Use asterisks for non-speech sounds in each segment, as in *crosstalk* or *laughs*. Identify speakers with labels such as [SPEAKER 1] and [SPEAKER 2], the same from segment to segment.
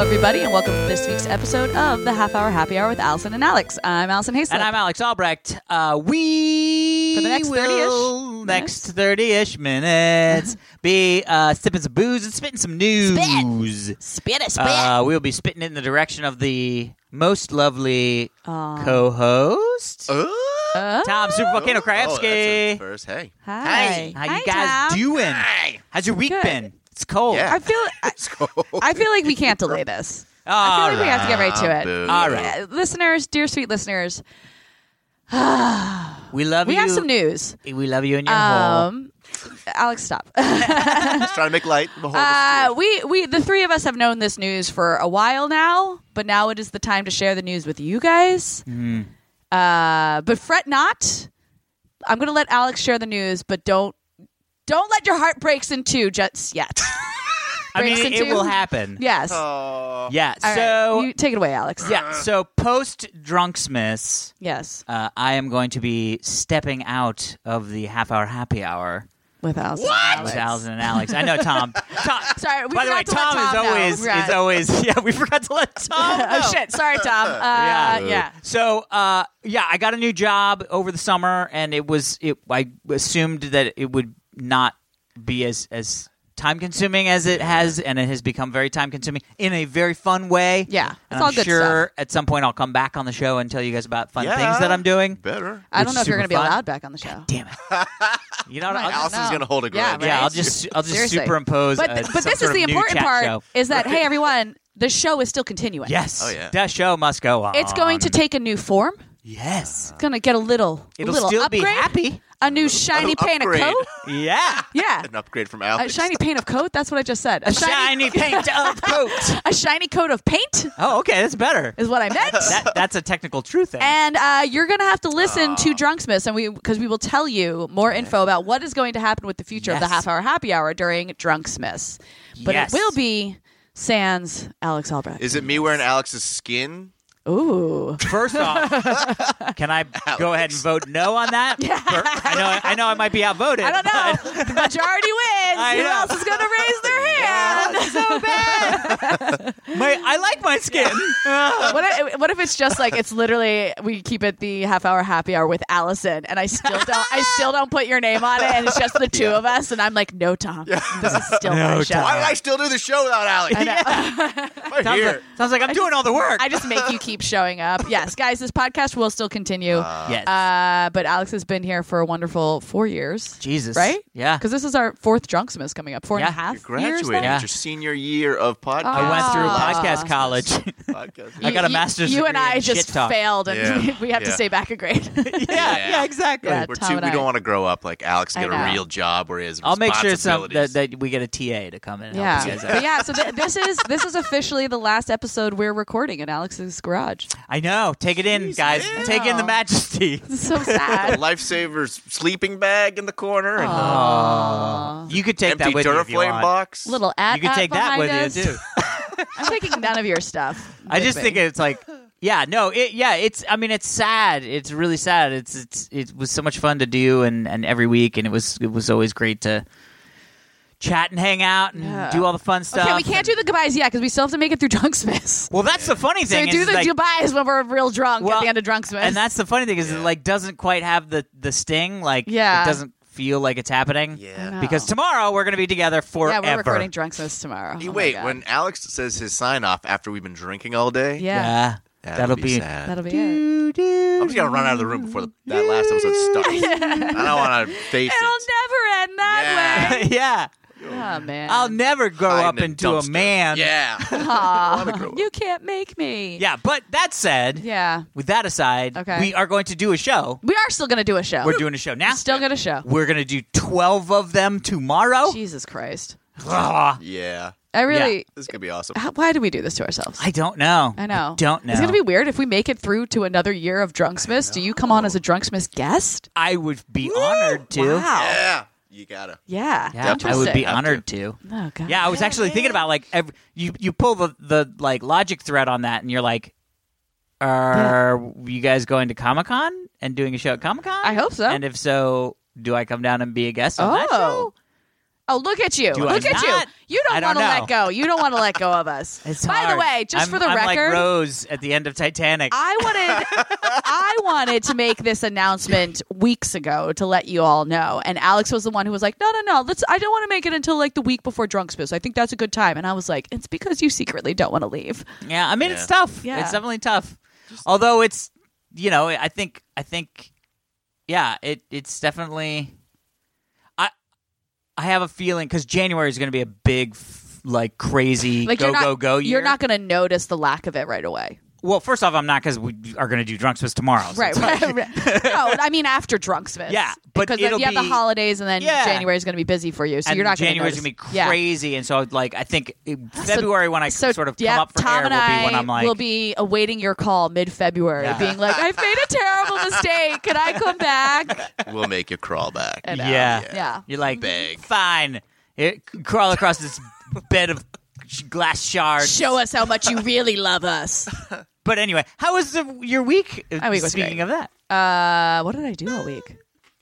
[SPEAKER 1] everybody, and welcome to this week's episode of the Half Hour Happy Hour with Allison and Alex. I'm Allison Hayslip.
[SPEAKER 2] And I'm Alex Albrecht. Uh, we
[SPEAKER 1] For the next 30-ish
[SPEAKER 2] will,
[SPEAKER 1] minutes.
[SPEAKER 2] next
[SPEAKER 1] *laughs*
[SPEAKER 2] thirty-ish minutes be uh, sipping some booze and spitting some news.
[SPEAKER 1] Spit it, spit.
[SPEAKER 2] Uh, we'll be spitting it in the direction of the most lovely
[SPEAKER 1] Um,
[SPEAKER 2] co-host,
[SPEAKER 3] Oh,
[SPEAKER 1] Uh,
[SPEAKER 2] Tom Super Volcano
[SPEAKER 3] oh, that's a
[SPEAKER 2] Krabsky.
[SPEAKER 3] first. Hey.
[SPEAKER 1] hi.
[SPEAKER 2] How you
[SPEAKER 1] Hi,
[SPEAKER 2] guys
[SPEAKER 1] Tom.
[SPEAKER 2] doing?
[SPEAKER 3] *laughs* Hey.
[SPEAKER 2] How's your week
[SPEAKER 1] Good.
[SPEAKER 2] been? It's cold.
[SPEAKER 3] Yeah.
[SPEAKER 1] I feel. I, I feel like we can't delay this. I feel
[SPEAKER 2] All
[SPEAKER 1] like we have to get right to it.
[SPEAKER 3] Boo.
[SPEAKER 2] All right.
[SPEAKER 1] Uh, listeners, dear sweet listeners,
[SPEAKER 2] We love
[SPEAKER 1] we
[SPEAKER 2] you. Uh-huh.
[SPEAKER 1] have some news.
[SPEAKER 2] We love you in your hole.
[SPEAKER 1] Um, Alex, stop. *laughs*
[SPEAKER 3] Just trying to make light. of The whole
[SPEAKER 1] Uh,
[SPEAKER 3] situation.
[SPEAKER 1] we we the three of us have known this news for a while now, but now it is the time to share the news with you guys.
[SPEAKER 2] Mm-hmm.
[SPEAKER 1] Uh, but fret not. I'm going to let Alex share the news, but don't don't let your heart breaks in two just yet.
[SPEAKER 2] *laughs* I mean,
[SPEAKER 1] breaks
[SPEAKER 2] it,
[SPEAKER 1] into-
[SPEAKER 2] it will happen.
[SPEAKER 1] yes.
[SPEAKER 3] Oh.
[SPEAKER 2] Yeah.
[SPEAKER 1] All right.
[SPEAKER 2] so
[SPEAKER 1] you take it away, Alex.
[SPEAKER 2] yeah. So post Drunksmiths.
[SPEAKER 1] Yes,
[SPEAKER 2] uh, I am going to be stepping out of the half hour happy hour
[SPEAKER 1] with Alex.
[SPEAKER 2] with Allison and Alex. I
[SPEAKER 1] *laughs*
[SPEAKER 2] know Tom. Tom
[SPEAKER 1] Sorry, we
[SPEAKER 2] by the way,
[SPEAKER 1] forgot to let
[SPEAKER 2] Tom,
[SPEAKER 1] Tom
[SPEAKER 2] is
[SPEAKER 1] know.
[SPEAKER 2] always
[SPEAKER 1] Right.
[SPEAKER 2] is always *laughs* yeah. We forgot to let Tom. Know.
[SPEAKER 1] *laughs* Oh shit! Sorry,
[SPEAKER 2] *laughs*
[SPEAKER 1] Tom. Uh,
[SPEAKER 2] Yeah.
[SPEAKER 1] yeah.
[SPEAKER 2] So uh, yeah, I got a new job over the summer, and it was it. I assumed that it would not be as as time consuming as it has, and it has become very time consuming in a very fun way.
[SPEAKER 1] Yeah.
[SPEAKER 2] And
[SPEAKER 1] It's
[SPEAKER 2] I'm
[SPEAKER 1] all good
[SPEAKER 2] sure at some point I'll come back on the show and tell you guys about fun
[SPEAKER 3] Yeah.
[SPEAKER 2] things that I'm doing.
[SPEAKER 3] Better.
[SPEAKER 1] I don't
[SPEAKER 2] Which
[SPEAKER 1] know if you're
[SPEAKER 2] is
[SPEAKER 1] going to be
[SPEAKER 2] super fun.
[SPEAKER 1] allowed back on the show.
[SPEAKER 2] Damn it!
[SPEAKER 1] *laughs*
[SPEAKER 2] You know, what?
[SPEAKER 1] Right.
[SPEAKER 2] I'll just-
[SPEAKER 3] Allison's
[SPEAKER 1] No.
[SPEAKER 3] gonna hold a
[SPEAKER 1] Yeah,
[SPEAKER 3] grudge.
[SPEAKER 1] right?
[SPEAKER 2] Yeah, I'll just I'll just
[SPEAKER 1] Seriously.
[SPEAKER 2] superimpose.
[SPEAKER 1] But
[SPEAKER 2] uh,
[SPEAKER 1] th-
[SPEAKER 2] some
[SPEAKER 1] but this
[SPEAKER 2] sort
[SPEAKER 1] is the
[SPEAKER 2] of new
[SPEAKER 1] important
[SPEAKER 2] chat
[SPEAKER 1] part:
[SPEAKER 2] show.
[SPEAKER 1] is that hey, everyone, the show is still continuing.
[SPEAKER 2] Yes,
[SPEAKER 3] Oh, yeah.
[SPEAKER 2] that show must go on.
[SPEAKER 1] It's going to take a new form.
[SPEAKER 2] yes.
[SPEAKER 1] It's going to get a little,
[SPEAKER 2] uh, It'll
[SPEAKER 1] little
[SPEAKER 2] still
[SPEAKER 1] upgrade.
[SPEAKER 2] be happy.
[SPEAKER 1] A new shiny
[SPEAKER 3] An
[SPEAKER 1] paint of
[SPEAKER 2] *laughs*
[SPEAKER 3] upgrade.
[SPEAKER 1] coat.
[SPEAKER 2] Yeah,
[SPEAKER 1] Yeah,
[SPEAKER 3] *laughs* An upgrade from
[SPEAKER 1] a
[SPEAKER 3] Alex.
[SPEAKER 1] shiny paint of coat. That's what I just said. A *laughs*
[SPEAKER 2] shiny paint of coat.
[SPEAKER 1] a shiny coat of paint
[SPEAKER 2] Oh, okay, that's better.
[SPEAKER 1] is what I meant.
[SPEAKER 2] *laughs* That that's a technical truth thing.
[SPEAKER 1] and uh, you're going to have to listen
[SPEAKER 2] Ah.
[SPEAKER 1] to Drunksmiths, and we because we will tell you more info about what is going to happen with the future of
[SPEAKER 2] Yes.
[SPEAKER 1] the half hour happy hour during Drunksmiths. But
[SPEAKER 2] Yes.
[SPEAKER 1] it will be sans Alex Albrecht.
[SPEAKER 3] Is it me wearing Alex's skin?
[SPEAKER 1] Ooh, *laughs*
[SPEAKER 2] First off, can I go ahead and vote no on that? For- I know I know I might be outvoted.
[SPEAKER 1] I don't
[SPEAKER 2] *laughs*
[SPEAKER 1] know. the majority wins.
[SPEAKER 2] I
[SPEAKER 1] Who
[SPEAKER 2] know.
[SPEAKER 1] else is going to raise
[SPEAKER 2] *laughs*
[SPEAKER 1] their hand?
[SPEAKER 2] but My, I like my skin.
[SPEAKER 1] what, if, what if it's just like it's literally we keep it the half hour happy hour with Allison, and I still don't I still don't put your name on it, and it's just the two of us, and I'm like, no, Tom, this is still
[SPEAKER 2] No,
[SPEAKER 1] my show.
[SPEAKER 2] Tom.
[SPEAKER 1] *laughs*
[SPEAKER 3] Why did I still do the show without Alex?
[SPEAKER 1] Uh, I know.
[SPEAKER 3] *laughs*
[SPEAKER 2] *laughs*
[SPEAKER 3] Right
[SPEAKER 2] Sounds like,
[SPEAKER 3] here.
[SPEAKER 2] sounds like I'm doing all the work.
[SPEAKER 1] I just make you keep showing up. Yes, guys, this podcast will still continue. Uh,
[SPEAKER 2] yes.
[SPEAKER 1] but Alex has been here for a wonderful four years.
[SPEAKER 2] Jesus.
[SPEAKER 1] Right?
[SPEAKER 2] Yeah.
[SPEAKER 1] Because this is our fourth Drunksmith coming up. Four and a
[SPEAKER 2] Yeah.
[SPEAKER 1] half
[SPEAKER 3] You're graduating.
[SPEAKER 1] years. now?
[SPEAKER 2] Yeah.
[SPEAKER 3] It's your senior year of podcast. Uh,
[SPEAKER 2] I went through
[SPEAKER 1] Ah.
[SPEAKER 2] podcast college.
[SPEAKER 1] *laughs*
[SPEAKER 3] podcast.
[SPEAKER 2] I got a
[SPEAKER 1] You-
[SPEAKER 2] master's
[SPEAKER 1] You, you and
[SPEAKER 2] degree
[SPEAKER 1] I
[SPEAKER 2] in
[SPEAKER 1] just
[SPEAKER 2] shit talk.
[SPEAKER 1] failed, and
[SPEAKER 3] Yeah.
[SPEAKER 1] *laughs* we have to
[SPEAKER 3] Yeah.
[SPEAKER 1] stay back a grade.
[SPEAKER 2] *laughs* yeah,
[SPEAKER 3] Yeah.
[SPEAKER 2] yeah, exactly.
[SPEAKER 1] Yeah.
[SPEAKER 3] We're
[SPEAKER 1] Tom
[SPEAKER 3] too,
[SPEAKER 1] and
[SPEAKER 3] we
[SPEAKER 1] I.
[SPEAKER 3] don't want to grow up like Alex and
[SPEAKER 1] I
[SPEAKER 3] get a
[SPEAKER 1] know.
[SPEAKER 3] real job where he has
[SPEAKER 2] I'll make sure some that,
[SPEAKER 3] responsibilities.
[SPEAKER 2] that we get a TA to come in and help
[SPEAKER 1] Yeah,
[SPEAKER 2] us.
[SPEAKER 1] but yeah. So
[SPEAKER 2] *laughs*
[SPEAKER 1] th- this is this is officially the last episode we're recording in Alex's
[SPEAKER 2] *laughs*
[SPEAKER 1] garage.
[SPEAKER 2] I know. Take it in, guys.
[SPEAKER 3] yeah.
[SPEAKER 2] Take in the majesty.
[SPEAKER 1] It's so
[SPEAKER 3] A
[SPEAKER 1] sad.
[SPEAKER 3] lifesaver's sleeping bag in the corner and
[SPEAKER 1] *laughs*
[SPEAKER 3] a
[SPEAKER 1] Aw.
[SPEAKER 2] You could take
[SPEAKER 3] empty
[SPEAKER 2] that with you if you
[SPEAKER 3] Duraflame
[SPEAKER 2] want.
[SPEAKER 3] box.
[SPEAKER 1] Little at
[SPEAKER 2] uh,
[SPEAKER 1] uh,
[SPEAKER 2] You could take that with you too.
[SPEAKER 1] *laughs* I'm taking none of your stuff.
[SPEAKER 2] I
[SPEAKER 1] with
[SPEAKER 2] just
[SPEAKER 1] me.
[SPEAKER 2] think
[SPEAKER 1] *laughs*
[SPEAKER 2] it's like, yeah, no, it, yeah, it's. I mean, it's sad. It's really sad. It's it's it was so much fun to do and and every week, and it was it was always great to chat and hang out and
[SPEAKER 1] Yeah.
[SPEAKER 2] do all the fun stuff.
[SPEAKER 1] Okay, we can't do the goodbyes yet because we still have to make it through *laughs* Drunksmiths.
[SPEAKER 2] Well, that's the funny
[SPEAKER 1] So
[SPEAKER 2] thing.
[SPEAKER 1] do
[SPEAKER 2] is,
[SPEAKER 1] the
[SPEAKER 2] like,
[SPEAKER 1] goodbyes when we're real drunk
[SPEAKER 2] Well,
[SPEAKER 1] at the end of Drunksmiths.
[SPEAKER 2] and that's the funny thing is it like doesn't quite have the the sting like
[SPEAKER 1] Yeah.
[SPEAKER 2] it doesn't feel like it's happening
[SPEAKER 3] Yeah. I
[SPEAKER 1] know.
[SPEAKER 2] because tomorrow we're gonna be together
[SPEAKER 1] Oh. yeah,
[SPEAKER 2] forever
[SPEAKER 1] we're recording Drunksmiths tomorrow.
[SPEAKER 3] You
[SPEAKER 1] Oh my
[SPEAKER 3] wait,
[SPEAKER 1] God.
[SPEAKER 3] when Alex says his sign off after we've been drinking all day,
[SPEAKER 1] yeah,
[SPEAKER 2] yeah,
[SPEAKER 3] that'll, be, sad.
[SPEAKER 1] that'll be it.
[SPEAKER 3] I'm just gonna run out of the room before the, that last episode
[SPEAKER 1] *laughs*
[SPEAKER 3] starts. I don't want to face
[SPEAKER 1] It'll
[SPEAKER 3] it.
[SPEAKER 1] never end that
[SPEAKER 2] *laughs*
[SPEAKER 3] Yeah.
[SPEAKER 1] way.
[SPEAKER 2] yeah
[SPEAKER 1] Oh man,
[SPEAKER 2] i'll never grow
[SPEAKER 3] Hide
[SPEAKER 2] up
[SPEAKER 3] in a
[SPEAKER 2] into a
[SPEAKER 3] dumpster.
[SPEAKER 2] man
[SPEAKER 3] Yeah. I *laughs* wanna grow
[SPEAKER 1] Aw,
[SPEAKER 3] up.
[SPEAKER 1] you can't make me.
[SPEAKER 2] yeah but that said
[SPEAKER 1] yeah.
[SPEAKER 2] with that aside
[SPEAKER 1] Okay.
[SPEAKER 2] we are going to do a show
[SPEAKER 1] We are still gonna do a show.
[SPEAKER 2] we're doing a show now
[SPEAKER 1] still gonna show.
[SPEAKER 2] we're gonna do 12 of them tomorrow
[SPEAKER 1] Jesus Christ.
[SPEAKER 2] Ugh.
[SPEAKER 3] yeah.
[SPEAKER 1] I really.
[SPEAKER 3] This is gonna be awesome.
[SPEAKER 1] how- why do we do this to ourselves?
[SPEAKER 2] i don't know
[SPEAKER 1] I know.
[SPEAKER 2] don't know
[SPEAKER 1] It's gonna be weird if we make it through to another year of Drunksmiths. Do you come on as a
[SPEAKER 2] Oh.
[SPEAKER 1] Drunksmiths guest?
[SPEAKER 2] i would be honored to
[SPEAKER 1] Wow.
[SPEAKER 3] Yeah. You gotta.
[SPEAKER 1] Yeah.
[SPEAKER 2] yeah i
[SPEAKER 1] Interesting.
[SPEAKER 2] would be
[SPEAKER 3] Have to.
[SPEAKER 2] honored to
[SPEAKER 1] Oh, God.
[SPEAKER 2] Yeah, I was actually thinking about like ev you you pull the the like logic thread on that, and you're like, are you guys going to Comic Con and doing a show at Comic Con?
[SPEAKER 1] I hope so.
[SPEAKER 2] And if so, do I come down and be a guest on that
[SPEAKER 1] Oh.
[SPEAKER 2] show?
[SPEAKER 1] Oh, look at you.
[SPEAKER 2] Do I
[SPEAKER 1] look at
[SPEAKER 2] not?
[SPEAKER 1] you. You
[SPEAKER 2] I
[SPEAKER 1] don't
[SPEAKER 2] don't
[SPEAKER 1] want to let
[SPEAKER 2] know.
[SPEAKER 1] go. You don't want to let go of us.
[SPEAKER 2] *laughs* It's
[SPEAKER 1] By the
[SPEAKER 2] hard.
[SPEAKER 1] way, just
[SPEAKER 2] I'm-
[SPEAKER 1] for the
[SPEAKER 2] I'm like
[SPEAKER 1] record,
[SPEAKER 2] Rose at the end of Titanic.
[SPEAKER 1] I wanted I wanted to make this announcement weeks ago to let you all know. And Alex was the one who was like, "No, no, no. Let's I don't want to make it until like the week before Drunk Spoos. I think that's a good time." And I was like, "It's because you secretly don't want to leave."
[SPEAKER 2] Yeah, I mean it's
[SPEAKER 3] Yeah.
[SPEAKER 2] tough.
[SPEAKER 1] Yeah.
[SPEAKER 2] It's definitely tough. Although it's you know, I think I think yeah, it it's definitely I I have a feeling cuz January is going to be a big f- like crazy
[SPEAKER 1] Like
[SPEAKER 2] go
[SPEAKER 1] you're not,
[SPEAKER 2] go go year.
[SPEAKER 1] You're not going to notice the lack of it right away.
[SPEAKER 2] Well, first off, I'm not cuz we are going to do drunk Swiss tomorrow. so
[SPEAKER 1] Right.
[SPEAKER 2] it's
[SPEAKER 1] right,
[SPEAKER 2] like-
[SPEAKER 1] right. no, I mean after Drunk Spoos.
[SPEAKER 2] Yeah, but
[SPEAKER 1] because then
[SPEAKER 2] it'll
[SPEAKER 1] you have the
[SPEAKER 2] be-
[SPEAKER 1] holidays and then
[SPEAKER 2] Yeah.
[SPEAKER 1] January is going to be busy for you. *laughs* So
[SPEAKER 2] and
[SPEAKER 1] you're not going to
[SPEAKER 2] January's
[SPEAKER 1] going to
[SPEAKER 2] be crazy and so like I think it- February when I
[SPEAKER 1] so
[SPEAKER 2] sort of
[SPEAKER 1] yeah,
[SPEAKER 2] come up for
[SPEAKER 1] Tom and
[SPEAKER 2] air will
[SPEAKER 1] I
[SPEAKER 2] be when I'm like
[SPEAKER 1] will be awaiting your call mid-February,
[SPEAKER 2] Yeah.
[SPEAKER 1] being like, "I've made a terrible mistake. Can I come back?"
[SPEAKER 2] *laughs*
[SPEAKER 3] We'll make you crawl back.
[SPEAKER 1] *laughs* And, uh,
[SPEAKER 2] Yeah.
[SPEAKER 1] yeah.
[SPEAKER 2] You're like,
[SPEAKER 3] Beg.
[SPEAKER 2] fine. It, crawl across this bed of sh- glass shards.
[SPEAKER 1] Show us how much you really love us.
[SPEAKER 2] But anyway, how was the, your week?
[SPEAKER 1] My week was
[SPEAKER 2] Speaking
[SPEAKER 1] great.
[SPEAKER 2] of that,
[SPEAKER 1] *laughs* Uh, what did I do all week?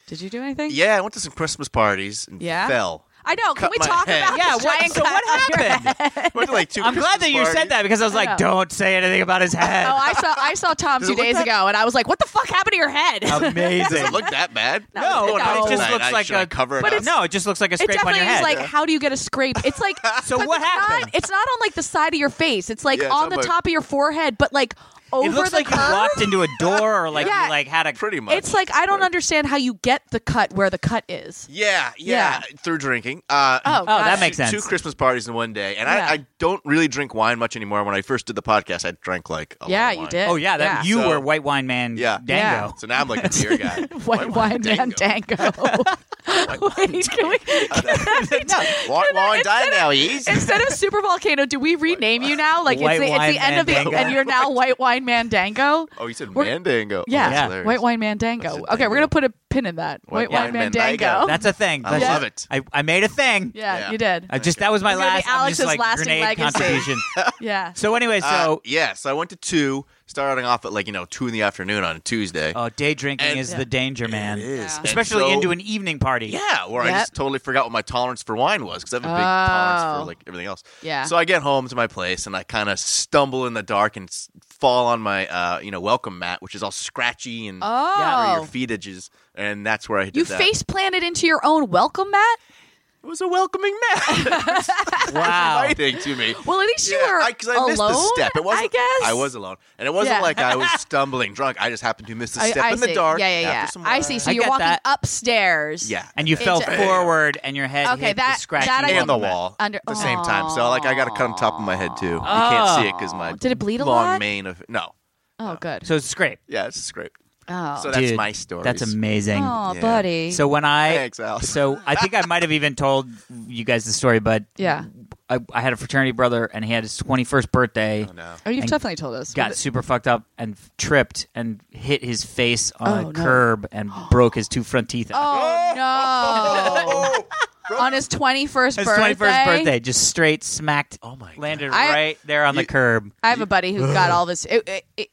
[SPEAKER 1] Did you do anything?
[SPEAKER 3] Yeah, I went to some Christmas parties and
[SPEAKER 1] Yeah? *laughs*
[SPEAKER 3] fell.
[SPEAKER 1] I know. Can
[SPEAKER 3] Cut
[SPEAKER 1] we
[SPEAKER 3] my
[SPEAKER 1] talk
[SPEAKER 3] head.
[SPEAKER 1] about
[SPEAKER 2] yeah.
[SPEAKER 1] this
[SPEAKER 2] What,
[SPEAKER 1] *laughs* giant
[SPEAKER 2] so
[SPEAKER 1] cut *laughs*
[SPEAKER 2] what
[SPEAKER 1] on your head?
[SPEAKER 2] happened?
[SPEAKER 3] Went to like two
[SPEAKER 2] I'm glad
[SPEAKER 3] Christmas
[SPEAKER 2] that you
[SPEAKER 3] parties.
[SPEAKER 2] said that because I was
[SPEAKER 1] know.
[SPEAKER 2] like, don't say anything about his head.
[SPEAKER 1] Oh, I saw I saw Tom
[SPEAKER 3] Does
[SPEAKER 1] two
[SPEAKER 3] it look
[SPEAKER 1] days
[SPEAKER 3] that-
[SPEAKER 1] ago, and I was like, "What the fuck happened to your head?" *laughs*
[SPEAKER 3] *laughs* Does
[SPEAKER 2] Amazing.
[SPEAKER 3] it look that bad?
[SPEAKER 1] No,
[SPEAKER 2] no,
[SPEAKER 1] no.
[SPEAKER 2] but it just
[SPEAKER 3] Like,
[SPEAKER 2] looks
[SPEAKER 3] I-
[SPEAKER 2] like
[SPEAKER 3] should I
[SPEAKER 2] a
[SPEAKER 3] cover it
[SPEAKER 2] But
[SPEAKER 3] up?
[SPEAKER 2] it's- no, it just looks like a
[SPEAKER 1] it
[SPEAKER 2] scrape on
[SPEAKER 1] definitely
[SPEAKER 2] your
[SPEAKER 1] is
[SPEAKER 2] head.
[SPEAKER 1] like, how do you get a scrape? It's
[SPEAKER 2] *laughs*
[SPEAKER 1] like,
[SPEAKER 2] So
[SPEAKER 1] 'cause
[SPEAKER 2] what
[SPEAKER 1] it's not-
[SPEAKER 2] happened?
[SPEAKER 1] it's not on like the side of your face. It's like
[SPEAKER 3] Yeah, it's
[SPEAKER 1] on
[SPEAKER 3] on
[SPEAKER 1] the
[SPEAKER 3] my-
[SPEAKER 1] top of your forehead, but like over
[SPEAKER 2] it looks
[SPEAKER 1] the
[SPEAKER 2] like you
[SPEAKER 1] curve.
[SPEAKER 2] walked into a door or like
[SPEAKER 1] Yeah.
[SPEAKER 2] you like had a
[SPEAKER 3] Pretty much.
[SPEAKER 1] It's like I don't understand how you get the cut where the cut
[SPEAKER 3] *laughs*
[SPEAKER 1] is.
[SPEAKER 3] Yeah, yeah, Through drinking. Uh,
[SPEAKER 1] Oh,
[SPEAKER 2] Oh, that
[SPEAKER 1] gotcha.
[SPEAKER 2] makes sense.
[SPEAKER 3] Two Christmas parties in one day, and
[SPEAKER 1] Yeah.
[SPEAKER 3] I, I don't really drink wine much anymore. When I first did the podcast, I drank like a lot
[SPEAKER 1] Yeah,
[SPEAKER 3] of
[SPEAKER 1] you
[SPEAKER 3] wine.
[SPEAKER 1] did.
[SPEAKER 2] Oh yeah, that you
[SPEAKER 3] So-
[SPEAKER 2] were white wine man.
[SPEAKER 3] Yeah.
[SPEAKER 2] Dango.
[SPEAKER 3] So now I'm like a
[SPEAKER 1] *laughs*
[SPEAKER 3] beer guy.
[SPEAKER 1] White wine man
[SPEAKER 3] *laughs*
[SPEAKER 1] tango. *laughs* Wait, can we,
[SPEAKER 2] *laughs*
[SPEAKER 1] *laughs*
[SPEAKER 3] Wine, wine died now. He's
[SPEAKER 1] instead of super volcano, do we rename you now? Like
[SPEAKER 2] White
[SPEAKER 1] it's the,
[SPEAKER 2] wine
[SPEAKER 1] it's the end of the
[SPEAKER 2] mandango.
[SPEAKER 1] and you're
[SPEAKER 3] *laughs*
[SPEAKER 1] now white wine mandango.
[SPEAKER 3] oh, you said
[SPEAKER 1] We're-
[SPEAKER 3] mandango.
[SPEAKER 1] Yeah.
[SPEAKER 3] oh, that's
[SPEAKER 2] Yeah.
[SPEAKER 3] hilarious.
[SPEAKER 1] White wine mandango.
[SPEAKER 3] That's a
[SPEAKER 1] Okay,
[SPEAKER 3] dango.
[SPEAKER 1] we're gonna put a pin in that. White,
[SPEAKER 3] White
[SPEAKER 1] wine
[SPEAKER 3] wine mandango.
[SPEAKER 1] mandango.
[SPEAKER 2] That's a thing.
[SPEAKER 3] I
[SPEAKER 2] That's-
[SPEAKER 3] love it.
[SPEAKER 2] I, I made a thing.
[SPEAKER 1] yeah,
[SPEAKER 3] Yeah.
[SPEAKER 1] you did.
[SPEAKER 2] I just that was my
[SPEAKER 1] It's gonna be
[SPEAKER 2] last I'm just,
[SPEAKER 1] Alex's
[SPEAKER 2] like,
[SPEAKER 1] lasting
[SPEAKER 2] grenade
[SPEAKER 1] legacy.
[SPEAKER 2] contribution.
[SPEAKER 3] *laughs*
[SPEAKER 1] yeah.
[SPEAKER 2] so anyway, so
[SPEAKER 3] Uh, yeah, so I went to two, starting off at like you know two in the afternoon on a Tuesday.
[SPEAKER 2] oh, day drinking
[SPEAKER 3] and-
[SPEAKER 2] is
[SPEAKER 1] Yeah.
[SPEAKER 2] the danger, man.
[SPEAKER 3] It is,
[SPEAKER 1] Yeah.
[SPEAKER 3] And
[SPEAKER 2] Especially
[SPEAKER 3] so-
[SPEAKER 2] into an evening party.
[SPEAKER 3] Yeah, where
[SPEAKER 1] Yep.
[SPEAKER 3] I just totally forgot what my tolerance for wine was because I have a big
[SPEAKER 1] Oh.
[SPEAKER 3] tolerance for like everything else.
[SPEAKER 1] Yeah.
[SPEAKER 3] So I get home to my place and I kind of stumble in the dark and s- fall on my uh, you know welcome mat, which is all scratchy and where
[SPEAKER 1] Oh,
[SPEAKER 3] your feet edges, and that's where I did
[SPEAKER 1] you
[SPEAKER 3] that.
[SPEAKER 1] face planted into your own welcome mat.
[SPEAKER 3] it was a welcoming
[SPEAKER 1] *laughs*
[SPEAKER 3] mat, *laughs*
[SPEAKER 2] Wow.
[SPEAKER 3] inviting to me.
[SPEAKER 1] Oh. Well, at least you were
[SPEAKER 3] I, 'cause I
[SPEAKER 1] alone.
[SPEAKER 3] missed the step. It wasn't,
[SPEAKER 1] I guess
[SPEAKER 3] I was alone, and it wasn't
[SPEAKER 1] Yeah.
[SPEAKER 3] like I was
[SPEAKER 1] *laughs*
[SPEAKER 3] stumbling drunk. I just happened to miss the
[SPEAKER 1] I-
[SPEAKER 3] step
[SPEAKER 1] I
[SPEAKER 3] in
[SPEAKER 1] see.
[SPEAKER 3] the dark.
[SPEAKER 1] Yeah, yeah,
[SPEAKER 3] after
[SPEAKER 1] yeah.
[SPEAKER 3] some
[SPEAKER 1] I
[SPEAKER 3] wine.
[SPEAKER 1] see. So
[SPEAKER 2] I
[SPEAKER 1] you're
[SPEAKER 2] get
[SPEAKER 1] walking
[SPEAKER 2] that.
[SPEAKER 1] upstairs.
[SPEAKER 3] Yeah,
[SPEAKER 2] And you fell
[SPEAKER 1] Into-
[SPEAKER 2] forward and your head
[SPEAKER 1] Okay,
[SPEAKER 2] hit
[SPEAKER 1] that-
[SPEAKER 2] the scratchy
[SPEAKER 1] that I
[SPEAKER 3] and the
[SPEAKER 2] welcome mat.
[SPEAKER 3] wall
[SPEAKER 1] Under-
[SPEAKER 3] at the same time. So like I got to cut on top of my head too. You
[SPEAKER 2] Oh.
[SPEAKER 3] can't see it because my
[SPEAKER 1] Did it bleed a
[SPEAKER 3] long
[SPEAKER 1] lot?
[SPEAKER 3] mane of no.
[SPEAKER 1] Oh, good.
[SPEAKER 2] So it's scrape.
[SPEAKER 3] Yeah, it's a scrape.
[SPEAKER 1] Oh,
[SPEAKER 3] So that's
[SPEAKER 2] Dude,
[SPEAKER 3] my story.
[SPEAKER 2] That's amazing.
[SPEAKER 1] oh,
[SPEAKER 3] yeah.
[SPEAKER 1] buddy.
[SPEAKER 2] So when I
[SPEAKER 3] Thanks, Alex. *laughs*
[SPEAKER 2] so I think I might have even told you guys the story, but
[SPEAKER 1] yeah.
[SPEAKER 2] I, I had a fraternity brother and he had his twenty first birthday.
[SPEAKER 3] Oh, no.
[SPEAKER 1] Oh, you've
[SPEAKER 2] And
[SPEAKER 1] definitely told us.
[SPEAKER 2] got super fucked up and f- tripped and hit his face on
[SPEAKER 1] Oh, no.
[SPEAKER 2] a curb and broke his two front teeth out.
[SPEAKER 1] *gasps* Oh
[SPEAKER 2] *laughs*
[SPEAKER 1] no!
[SPEAKER 3] Oh,
[SPEAKER 1] On his twenty-first
[SPEAKER 2] his
[SPEAKER 1] birthday.
[SPEAKER 2] 21st birthday, just straight smacked,
[SPEAKER 3] Oh, my God.
[SPEAKER 2] landed
[SPEAKER 1] I-
[SPEAKER 2] right there on the
[SPEAKER 3] You-
[SPEAKER 2] curb.
[SPEAKER 1] I have a buddy who got all this. It, it, it,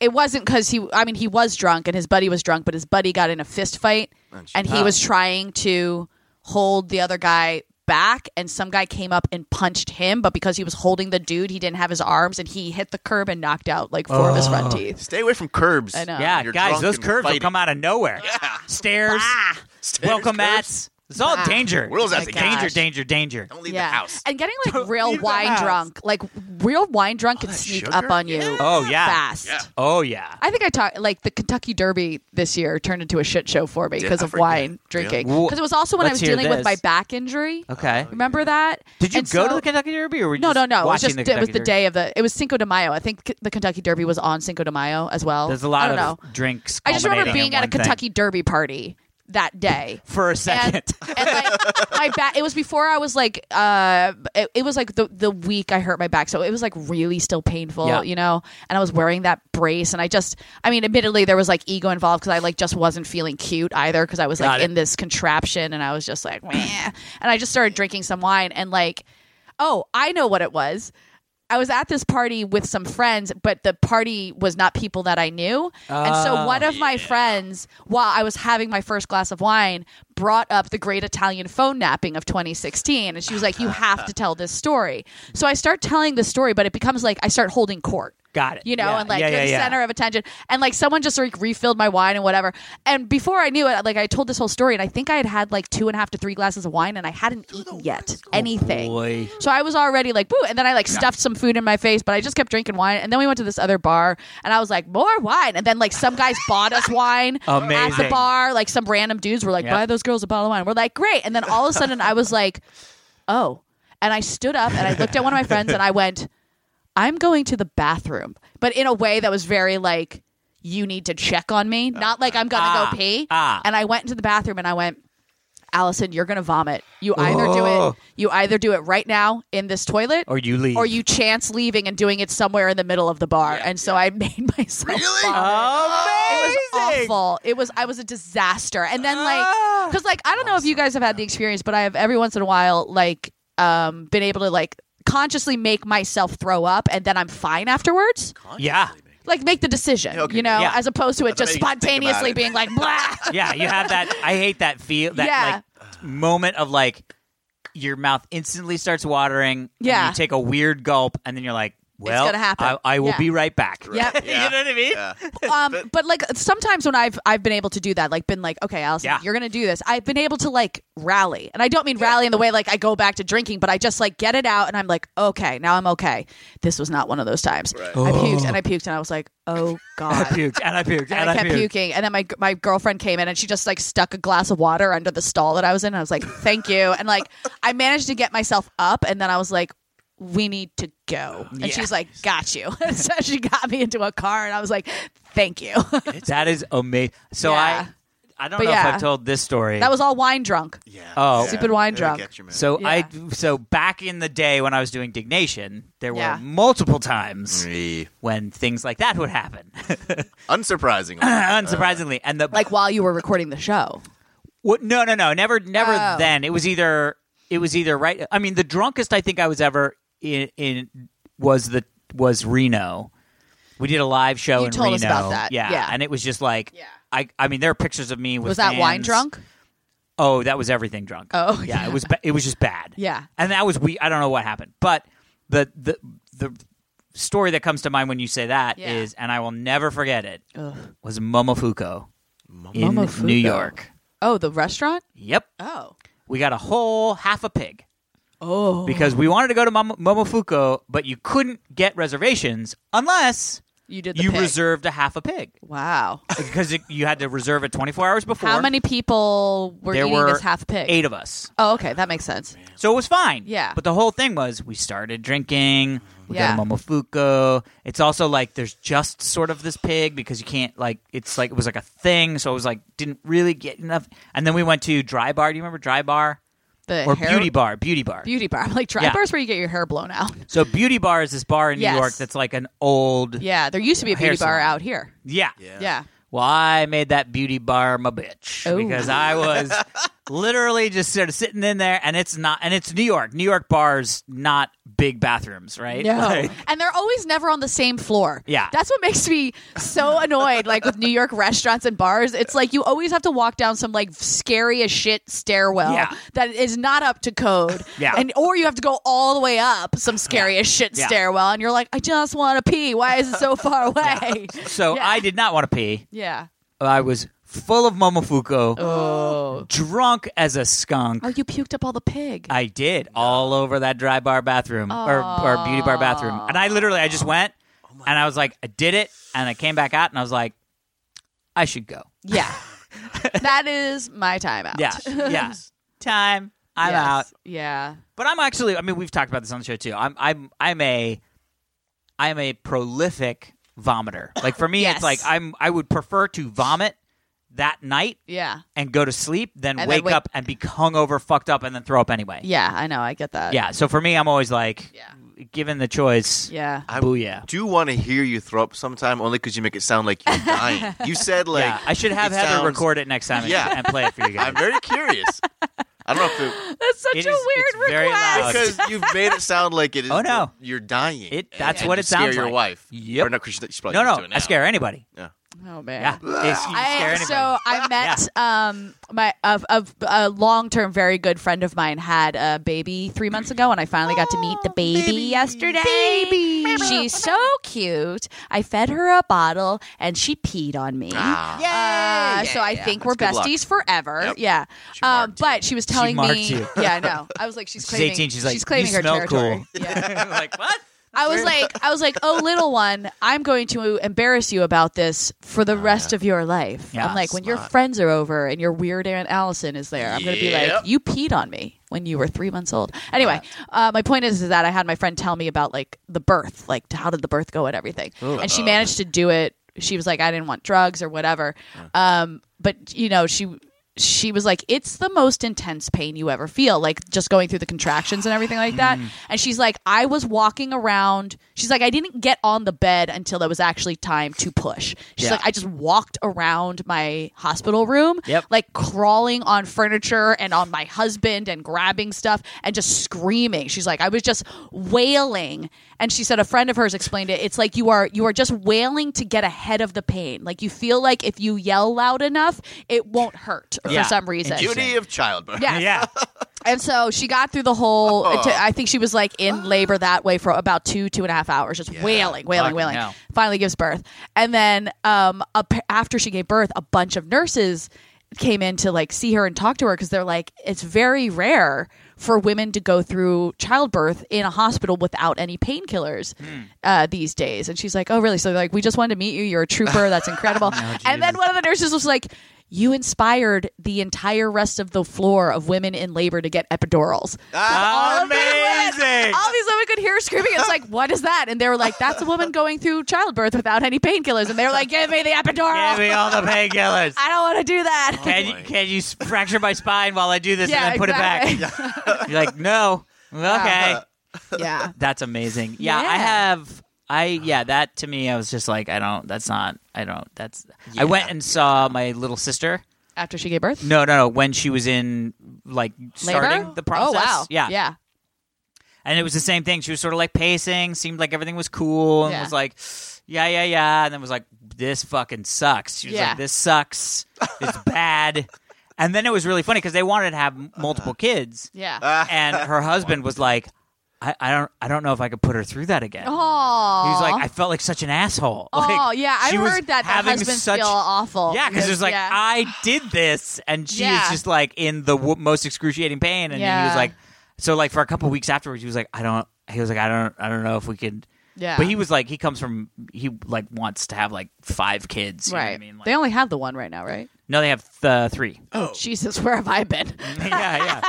[SPEAKER 1] it wasn't because he. I mean, he was drunk and his buddy was drunk, but his buddy got in a fist fight, and he was trying to hold the other guy back, and some guy came up and punched him, but because he was holding the dude, he didn't have his arms, and he hit the curb and knocked out like four of his
[SPEAKER 2] Oh.
[SPEAKER 1] front teeth.
[SPEAKER 3] Stay away from curbs.
[SPEAKER 1] I know.
[SPEAKER 2] Yeah,
[SPEAKER 3] You're
[SPEAKER 2] guys,
[SPEAKER 3] drunk
[SPEAKER 2] those
[SPEAKER 3] and
[SPEAKER 2] curves will
[SPEAKER 3] fighting.
[SPEAKER 2] come out of nowhere. Stairs,
[SPEAKER 1] Ah.
[SPEAKER 3] *laughs* Stairs,
[SPEAKER 2] welcome
[SPEAKER 3] curbs.
[SPEAKER 2] mats. It's all
[SPEAKER 1] Bah.
[SPEAKER 2] danger.
[SPEAKER 3] World's
[SPEAKER 1] Oh
[SPEAKER 3] at
[SPEAKER 1] my
[SPEAKER 3] the
[SPEAKER 1] God.
[SPEAKER 3] game.
[SPEAKER 2] danger, danger, danger.
[SPEAKER 3] Don't leave
[SPEAKER 1] yeah,
[SPEAKER 3] the house.
[SPEAKER 1] and getting like
[SPEAKER 2] Don't
[SPEAKER 1] real
[SPEAKER 2] leave the
[SPEAKER 1] wine
[SPEAKER 2] house.
[SPEAKER 1] drunk, like real wine drunk, can
[SPEAKER 3] Oh, that
[SPEAKER 1] sneak
[SPEAKER 3] sugar?
[SPEAKER 1] up on you.
[SPEAKER 3] Yeah.
[SPEAKER 2] Oh, yeah.
[SPEAKER 1] fast.
[SPEAKER 3] Yeah.
[SPEAKER 2] Oh yeah.
[SPEAKER 1] I think I talked like the Kentucky Derby this year turned into a shit show for me
[SPEAKER 3] Did-
[SPEAKER 1] because
[SPEAKER 3] I
[SPEAKER 1] of
[SPEAKER 3] forget.
[SPEAKER 1] wine
[SPEAKER 3] Really?
[SPEAKER 1] drinking.
[SPEAKER 2] Well,
[SPEAKER 1] Because it was also when I was
[SPEAKER 2] let's hear
[SPEAKER 1] dealing with
[SPEAKER 2] this.
[SPEAKER 1] my back injury.
[SPEAKER 2] Okay.
[SPEAKER 1] Remember that?
[SPEAKER 2] Did you
[SPEAKER 1] And
[SPEAKER 2] go
[SPEAKER 1] so-
[SPEAKER 2] to the Kentucky Derby or were you
[SPEAKER 1] No, no,
[SPEAKER 2] just
[SPEAKER 1] no. It was
[SPEAKER 2] watching
[SPEAKER 1] just
[SPEAKER 2] the
[SPEAKER 1] it was the
[SPEAKER 2] Kentucky Derby?
[SPEAKER 1] day of the. It was Cinco de Mayo. I think K- the Kentucky Derby was on Cinco de Mayo as well.
[SPEAKER 2] There's a lot
[SPEAKER 1] I don't
[SPEAKER 2] of
[SPEAKER 1] know.
[SPEAKER 2] drinks.
[SPEAKER 1] I just remember
[SPEAKER 2] culminating in
[SPEAKER 1] being at a
[SPEAKER 2] one thing.
[SPEAKER 1] Kentucky Derby party that day.
[SPEAKER 2] for a
[SPEAKER 1] And,
[SPEAKER 2] second. *laughs*
[SPEAKER 1] and like my back, it was before I was like, uh, it, it was like the the week I hurt my back, so it was like really still painful,
[SPEAKER 2] Yeah.
[SPEAKER 1] you know. And I was wearing that brace, and I just, I mean, admittedly there was like ego involved because I like just wasn't feeling cute either because I was
[SPEAKER 2] Got
[SPEAKER 1] like
[SPEAKER 2] it.
[SPEAKER 1] in this contraption, and I was just like, Meh. and I just started drinking some wine, and like, oh, I know what it was. I was at this party with some friends, but the party was not people that I knew. and so one of my friends, while I was having my first glass of wine, brought up the great Italian phone napping of 2016. And she was like, You have to tell this story. So I start telling the story, but it becomes like I start holding court
[SPEAKER 2] Got it.
[SPEAKER 1] you know,
[SPEAKER 2] Yeah,
[SPEAKER 1] and like
[SPEAKER 2] yeah,
[SPEAKER 1] you're
[SPEAKER 2] yeah,
[SPEAKER 1] the
[SPEAKER 2] yeah.
[SPEAKER 1] center of attention. And like someone just like refilled my wine and whatever. And before I knew it, like I told this whole story, and I think I had had like two and a half to three glasses of wine, and I hadn't eaten yet anything.
[SPEAKER 2] boy.
[SPEAKER 1] So I was already like, boo. And then I like stuffed some food in my face, but I just kept drinking wine. And then we went to this other bar, and I was like, more wine. And then like some
[SPEAKER 2] *laughs*
[SPEAKER 1] guys bought us wine at the
[SPEAKER 2] Amazing.
[SPEAKER 1] bar. Like some random dudes were like,
[SPEAKER 2] Yeah.
[SPEAKER 1] buy those girls a bottle of wine. We're like, great. And then all of a sudden, I was like, oh. And I stood up and I looked at one of my friends and I went, I'm going to the bathroom, but in a way that was very like, you need to check on me, not like I'm gonna
[SPEAKER 2] Ah,
[SPEAKER 1] go pee.
[SPEAKER 2] ah.
[SPEAKER 1] And I went into the bathroom and I went, Allison, you're gonna vomit. You either
[SPEAKER 2] Oh.
[SPEAKER 1] do it, you either do it right now in this toilet,
[SPEAKER 2] Or you leave.
[SPEAKER 1] or you chance leaving and doing it somewhere in the middle of the bar. and so I made *laughs* myself.
[SPEAKER 3] Really?
[SPEAKER 1] vomit.
[SPEAKER 2] Oh,
[SPEAKER 1] It
[SPEAKER 2] Amazing.
[SPEAKER 1] was awful. It was I was a disaster. And then
[SPEAKER 2] Ah.
[SPEAKER 1] like because like I don't know if you guys have had the experience, but I have every once in a while like um been able to like consciously make myself throw up and then I'm fine afterwards.
[SPEAKER 2] Yeah.
[SPEAKER 1] Like make the decision,
[SPEAKER 3] Okay.
[SPEAKER 1] you know,
[SPEAKER 2] Yeah.
[SPEAKER 1] as opposed to it
[SPEAKER 3] thought
[SPEAKER 1] just
[SPEAKER 3] I didn't think about
[SPEAKER 1] spontaneously
[SPEAKER 3] it.
[SPEAKER 1] being like blah.
[SPEAKER 2] Yeah, you have that. I hate that feel. That
[SPEAKER 1] Yeah.
[SPEAKER 2] like moment of like your mouth instantly starts watering.
[SPEAKER 1] Yeah.
[SPEAKER 2] And you take a weird gulp, and then you're like, "Well,
[SPEAKER 1] gonna happen."
[SPEAKER 2] I, I will
[SPEAKER 1] Yeah.
[SPEAKER 2] be right back."
[SPEAKER 1] Yep.
[SPEAKER 2] *laughs* you know what I
[SPEAKER 1] *laughs*
[SPEAKER 2] mean?
[SPEAKER 3] Yeah.
[SPEAKER 1] um, but like sometimes when I've I've been able to do that, like been like, okay, Allison,
[SPEAKER 2] Yeah.
[SPEAKER 1] you're gonna do this. I've been able to like rally, and I don't mean rally in the way like I go back to drinking, but I just like get it out, and I'm like, okay, now I'm okay. This was not one of those times.
[SPEAKER 3] Right.
[SPEAKER 1] I puked and I puked, and I was like, oh
[SPEAKER 2] I
[SPEAKER 1] god.
[SPEAKER 2] puked and I puked
[SPEAKER 1] And I kept puking, and then my my girlfriend came in, and she just like stuck a glass of water under the stall that I was in. And I was like, "Thank you," and like I managed to get myself up, and then I was like, "We need to go," and
[SPEAKER 2] Yeah.
[SPEAKER 1] she's like, "Got you." *laughs* And so she got me into a car, and I was like, "Thank you." *laughs*
[SPEAKER 2] That is amazing. So
[SPEAKER 1] Yeah.
[SPEAKER 2] I, I don't
[SPEAKER 1] But
[SPEAKER 2] know if
[SPEAKER 1] yeah.
[SPEAKER 2] I've told this story.
[SPEAKER 1] That was all wine drunk.
[SPEAKER 3] Yeah.
[SPEAKER 2] Oh.
[SPEAKER 3] Yeah.
[SPEAKER 1] Stupid wine
[SPEAKER 3] That'll
[SPEAKER 1] drunk.
[SPEAKER 3] get you, man.
[SPEAKER 2] so I
[SPEAKER 1] Yeah.
[SPEAKER 2] so back in the day when I was doing dignation, there were
[SPEAKER 1] Yeah.
[SPEAKER 2] multiple times
[SPEAKER 3] Eh.
[SPEAKER 2] when things like that would happen, *laughs*
[SPEAKER 1] *coughs*
[SPEAKER 3] Unsurprisingly.
[SPEAKER 2] unsurprisingly. and the
[SPEAKER 1] Like while you were recording the show.
[SPEAKER 2] What? No, no, no. Never, never.
[SPEAKER 1] Oh.
[SPEAKER 2] Then it was either it was either right. I mean, the drunkest I think I was ever in, in was the was Reno. We did a live show
[SPEAKER 1] You
[SPEAKER 2] in
[SPEAKER 1] told
[SPEAKER 2] Reno.
[SPEAKER 1] us about that.
[SPEAKER 2] Yeah,
[SPEAKER 1] Yeah.
[SPEAKER 2] and it was just like,
[SPEAKER 1] Yeah.
[SPEAKER 2] I, I mean, there are pictures of me with.
[SPEAKER 1] Was that wine
[SPEAKER 2] fans.
[SPEAKER 1] drunk?
[SPEAKER 2] Oh, that was everything drunk.
[SPEAKER 1] Oh,
[SPEAKER 2] yeah,
[SPEAKER 1] yeah.
[SPEAKER 2] it was. Ba- it was just bad.
[SPEAKER 1] Yeah.
[SPEAKER 2] and that was we. I don't know what happened, but the the the story that comes to mind when you say that is,
[SPEAKER 1] Yeah.
[SPEAKER 2] and I will never forget it, was Momofuku in
[SPEAKER 1] Momofuku.
[SPEAKER 2] New York.
[SPEAKER 1] Oh, the restaurant?
[SPEAKER 2] Yep.
[SPEAKER 1] Oh.
[SPEAKER 2] We got a whole half a pig
[SPEAKER 1] Oh.
[SPEAKER 2] because we wanted to go to Mom- Momofuku, but you couldn't get reservations unless
[SPEAKER 1] You did the
[SPEAKER 2] you
[SPEAKER 1] pig.
[SPEAKER 2] reserved a half
[SPEAKER 1] *laughs*
[SPEAKER 2] a pig *laughs*
[SPEAKER 1] Wow.
[SPEAKER 2] because it, you had to reserve it 24 hours before.
[SPEAKER 1] How many people were
[SPEAKER 2] There
[SPEAKER 1] eating
[SPEAKER 2] were
[SPEAKER 1] this half pig?
[SPEAKER 2] Eight of us.
[SPEAKER 1] Oh, okay. That makes sense.
[SPEAKER 2] So it was fine.
[SPEAKER 1] Yeah.
[SPEAKER 2] But the whole thing was we started drinking. We
[SPEAKER 1] Yeah.
[SPEAKER 2] go to Momofuku. It's also like there's just sort of this pig because you can't like it's like it was like a thing. So it was like didn't really get enough. And then we went to Dry Bar. Do you remember Dry Bar
[SPEAKER 1] The
[SPEAKER 2] or
[SPEAKER 1] hair-
[SPEAKER 2] Beauty Bar? Beauty Bar.
[SPEAKER 1] Beauty bar. *laughs* I'm like dry
[SPEAKER 2] Yeah.
[SPEAKER 1] bars where you get your hair blown out.
[SPEAKER 2] So Beauty Bar is this bar in New
[SPEAKER 1] Yes.
[SPEAKER 2] York that's like an old yeah.
[SPEAKER 1] Yeah. There used to be a
[SPEAKER 2] Hair
[SPEAKER 1] beauty bar
[SPEAKER 2] salon.
[SPEAKER 1] out here. Yeah.
[SPEAKER 2] Well, I made that beauty bar my bitch
[SPEAKER 1] Ooh.
[SPEAKER 2] because I was
[SPEAKER 1] *laughs*
[SPEAKER 2] literally just sort of sitting in there, and it's not, and it's New York. New York bars not big bathrooms, right?
[SPEAKER 1] No.
[SPEAKER 2] Like,
[SPEAKER 1] and they're always never on the same floor.
[SPEAKER 2] Yeah.
[SPEAKER 1] That's what makes me
[SPEAKER 2] *laughs*
[SPEAKER 1] so annoyed, like with New York restaurants and bars. It's like you always have to walk down some like scary as shit stairwell
[SPEAKER 2] Yeah.
[SPEAKER 1] that is not up to code.
[SPEAKER 2] *laughs* Yeah.
[SPEAKER 1] And or you have to go all the way up some scary as shit
[SPEAKER 2] Yeah.
[SPEAKER 1] stairwell and you're like, I just wanna pee. Why is it
[SPEAKER 2] *laughs*
[SPEAKER 1] so far away? Yeah.
[SPEAKER 2] so
[SPEAKER 1] Yeah.
[SPEAKER 2] I did not want to pee. I was full of momofuku,
[SPEAKER 1] Oh.
[SPEAKER 2] drunk as a skunk.
[SPEAKER 1] Oh, you puked up all the pig.
[SPEAKER 2] I did all over that dry bar bathroom or, or beauty bar bathroom, and I literally I just went and I was like I did it, and I came back out and I was like I should go. *laughs*
[SPEAKER 1] yeah. that is my timeout.
[SPEAKER 2] Yeah, *laughs* yeah. Time I'm
[SPEAKER 1] Yes.
[SPEAKER 2] out.
[SPEAKER 1] Yeah.
[SPEAKER 2] But I'm actually I mean we've talked about this on the show too. I'm I'm I'm a I'm a prolific vomiter. Like for me
[SPEAKER 1] Yes.
[SPEAKER 2] it's like I'm I would prefer to vomit that night
[SPEAKER 1] Yeah.
[SPEAKER 2] and go to sleep than
[SPEAKER 1] And then
[SPEAKER 2] wake
[SPEAKER 1] wake-
[SPEAKER 2] up and be hungover, fucked up, and then throw up anyway.
[SPEAKER 1] Yeah, I know, I get that.
[SPEAKER 2] Yeah, So for me, I'm always like,
[SPEAKER 1] Yeah.
[SPEAKER 2] given the choice, *laughs*
[SPEAKER 1] Yeah.
[SPEAKER 3] I
[SPEAKER 2] booyah.
[SPEAKER 3] do want to hear you throw up sometime only because you make it
[SPEAKER 1] *laughs*
[SPEAKER 3] sound like you're dying. you said like
[SPEAKER 2] yeah. I should have
[SPEAKER 3] it
[SPEAKER 2] Heather
[SPEAKER 3] sounds-
[SPEAKER 2] record it next time and,
[SPEAKER 3] Yeah. *laughs*
[SPEAKER 2] and play it for you
[SPEAKER 1] *laughs*
[SPEAKER 2] guys.
[SPEAKER 3] I'm very curious. I don't know if it,
[SPEAKER 1] That's such
[SPEAKER 2] It
[SPEAKER 1] a
[SPEAKER 2] is- it's
[SPEAKER 1] weird
[SPEAKER 2] very loud.
[SPEAKER 1] request.
[SPEAKER 3] because you've made it sound like it is.
[SPEAKER 2] Oh, no.
[SPEAKER 3] you're dying.
[SPEAKER 2] It-
[SPEAKER 3] and-
[SPEAKER 2] that's
[SPEAKER 3] and
[SPEAKER 2] what
[SPEAKER 3] you
[SPEAKER 2] it sounds
[SPEAKER 3] scare your
[SPEAKER 2] like.
[SPEAKER 3] wife.
[SPEAKER 2] Yep.
[SPEAKER 3] Or no, Christian, she's probably
[SPEAKER 2] No,
[SPEAKER 3] used
[SPEAKER 2] no,
[SPEAKER 3] to it now.
[SPEAKER 2] I scare anybody.
[SPEAKER 3] Yeah.
[SPEAKER 1] Oh man.
[SPEAKER 3] *laughs*
[SPEAKER 2] Yeah, It's- you scare
[SPEAKER 1] I,
[SPEAKER 2] anybody.
[SPEAKER 1] so uh, I met um my a, a, a long term very good friend of mine had a baby three months ago, and I finally got to meet
[SPEAKER 2] Oh,
[SPEAKER 1] the baby, yesterday. Baby, she's so cute. I fed her a bottle, and she peed on me.
[SPEAKER 3] Ah.
[SPEAKER 1] Uh, so I think we're
[SPEAKER 3] good luck.
[SPEAKER 1] besties forever.
[SPEAKER 3] Yep.
[SPEAKER 1] Yeah,
[SPEAKER 3] She
[SPEAKER 1] um,
[SPEAKER 3] marked
[SPEAKER 1] but she was telling
[SPEAKER 2] marked
[SPEAKER 1] me,
[SPEAKER 2] you.
[SPEAKER 1] *laughs* yeah, no, I was like, she's,
[SPEAKER 2] She's
[SPEAKER 1] claiming,
[SPEAKER 2] 18. She's like,
[SPEAKER 1] claiming
[SPEAKER 2] you
[SPEAKER 1] her
[SPEAKER 2] smell
[SPEAKER 1] territory.
[SPEAKER 2] *laughs* cool.
[SPEAKER 1] Yeah.
[SPEAKER 2] *laughs* like what?
[SPEAKER 1] I was like, I was like, oh, little one, I'm going to embarrass you about this for the rest of your life.
[SPEAKER 2] Yeah.
[SPEAKER 1] I'm like, when your
[SPEAKER 3] Smart.
[SPEAKER 1] friends are over and your weird Aunt Allison is there, I'm going to be
[SPEAKER 3] Yep.
[SPEAKER 1] like, you peed on me when you were three months old. Anyway, uh, my point is, is that I had my friend tell me about like the birth, like how did the birth go and everything, and she managed to do it. She was like, I didn't want drugs or whatever, um, but you know, she. She was like, "It's the most intense pain you ever feel, like just going through the contractions and everything like that." And she's like, "I was walking around." She's like, "I didn't get on the bed until it was actually time to push." She's
[SPEAKER 2] Yeah.
[SPEAKER 1] like, "I just walked around my hospital room,
[SPEAKER 2] Yep.
[SPEAKER 1] like crawling on furniture and on my husband and grabbing stuff and just screaming. She's like, I was just wailing. And she said a friend of hers explained it. It's like you are you are just wailing to get ahead of the pain. Like you feel like if you yell loud enough, it won't hurt
[SPEAKER 2] Yeah.
[SPEAKER 1] for some reason.
[SPEAKER 2] Interesting.
[SPEAKER 3] Beauty of childbirth. *laughs*
[SPEAKER 1] Yeah.
[SPEAKER 2] *laughs* Yeah.
[SPEAKER 1] And so she got through the whole.
[SPEAKER 2] Oh.
[SPEAKER 1] it took- I think she was like in labor that way for about two, two and a half hours, just wailing, wailing,
[SPEAKER 2] Fucking
[SPEAKER 1] wailing.
[SPEAKER 2] hell.
[SPEAKER 1] Finally gives birth, and then um, a, pa- after she gave birth, a bunch of nurses came in to like see her and talk to her because they're like, it's very rare for women to go through childbirth in a hospital without any painkillers
[SPEAKER 2] Hmm.
[SPEAKER 1] uh, these days. And she's like, oh really? So they're like, we just wanted to meet you. You're a trooper.
[SPEAKER 2] *laughs*
[SPEAKER 1] That's incredible. and then one of the nurses was like you inspired the entire rest of the floor of women in labor to get epidurals.
[SPEAKER 3] Ah.
[SPEAKER 1] All of these women-
[SPEAKER 2] Amazing.
[SPEAKER 1] all these women could hear her screaming. It's like, what is that? And they were like, that's a woman going through childbirth without any painkillers. And they were like, give me the epidural.
[SPEAKER 2] Give me all the painkillers.
[SPEAKER 1] I don't want to do that.
[SPEAKER 2] Can you, can you s- fracture my spine while I do
[SPEAKER 1] *laughs*
[SPEAKER 2] this
[SPEAKER 1] Yeah,
[SPEAKER 2] and then put
[SPEAKER 1] exactly.
[SPEAKER 2] it back? You're like, no. Okay.
[SPEAKER 1] yeah.
[SPEAKER 2] That's amazing. Yeah, I
[SPEAKER 1] Yeah.
[SPEAKER 2] have. I yeah, that to me, I was just like, I don't. That's not. I don't. That's.
[SPEAKER 3] Yeah.
[SPEAKER 2] I went and saw my little sister.
[SPEAKER 1] After she gave birth?
[SPEAKER 2] No, no, no. When she was in like
[SPEAKER 1] Labor?
[SPEAKER 2] starting the process.
[SPEAKER 1] Oh, wow.
[SPEAKER 2] Yeah.
[SPEAKER 1] Yeah.
[SPEAKER 2] And it was the same thing. She was sort of like pacing. Seemed like everything was cool, and
[SPEAKER 1] Yeah.
[SPEAKER 2] was like, yeah, yeah, yeah. And then was like, this fucking sucks. She was
[SPEAKER 1] Yeah.
[SPEAKER 2] like, this sucks.
[SPEAKER 1] *laughs*
[SPEAKER 2] It's bad. And then it was really funny because they wanted to have m- multiple kids.
[SPEAKER 1] Uh-huh. Yeah. *laughs*
[SPEAKER 2] and her husband was like, I, I don't I don't know if I could put her through that again.
[SPEAKER 1] Aw.
[SPEAKER 2] He was like, I felt like such an asshole. *laughs* Like,
[SPEAKER 1] oh, yeah. I
[SPEAKER 2] she was
[SPEAKER 1] heard that. That
[SPEAKER 2] having
[SPEAKER 1] husbands
[SPEAKER 2] such,
[SPEAKER 1] feel awful.
[SPEAKER 2] Yeah, because it was like, uh,
[SPEAKER 1] yeah.
[SPEAKER 2] I did this, and she
[SPEAKER 1] Yeah.
[SPEAKER 2] was just like in the w- most excruciating pain, and then he
[SPEAKER 1] Yeah.
[SPEAKER 2] was like, so like for a couple weeks afterwards, he was like, I don't. He was like, I don't. I don't know if we could.
[SPEAKER 1] Yeah.
[SPEAKER 2] But he was like, he comes from he like wants to have like five kids. You know what
[SPEAKER 1] Right.
[SPEAKER 2] I mean, like,
[SPEAKER 1] they only have the one right now, right?
[SPEAKER 2] no, they have uh, three. *laughs*
[SPEAKER 1] Oh, Jesus, where have I been?
[SPEAKER 2] yeah, yeah.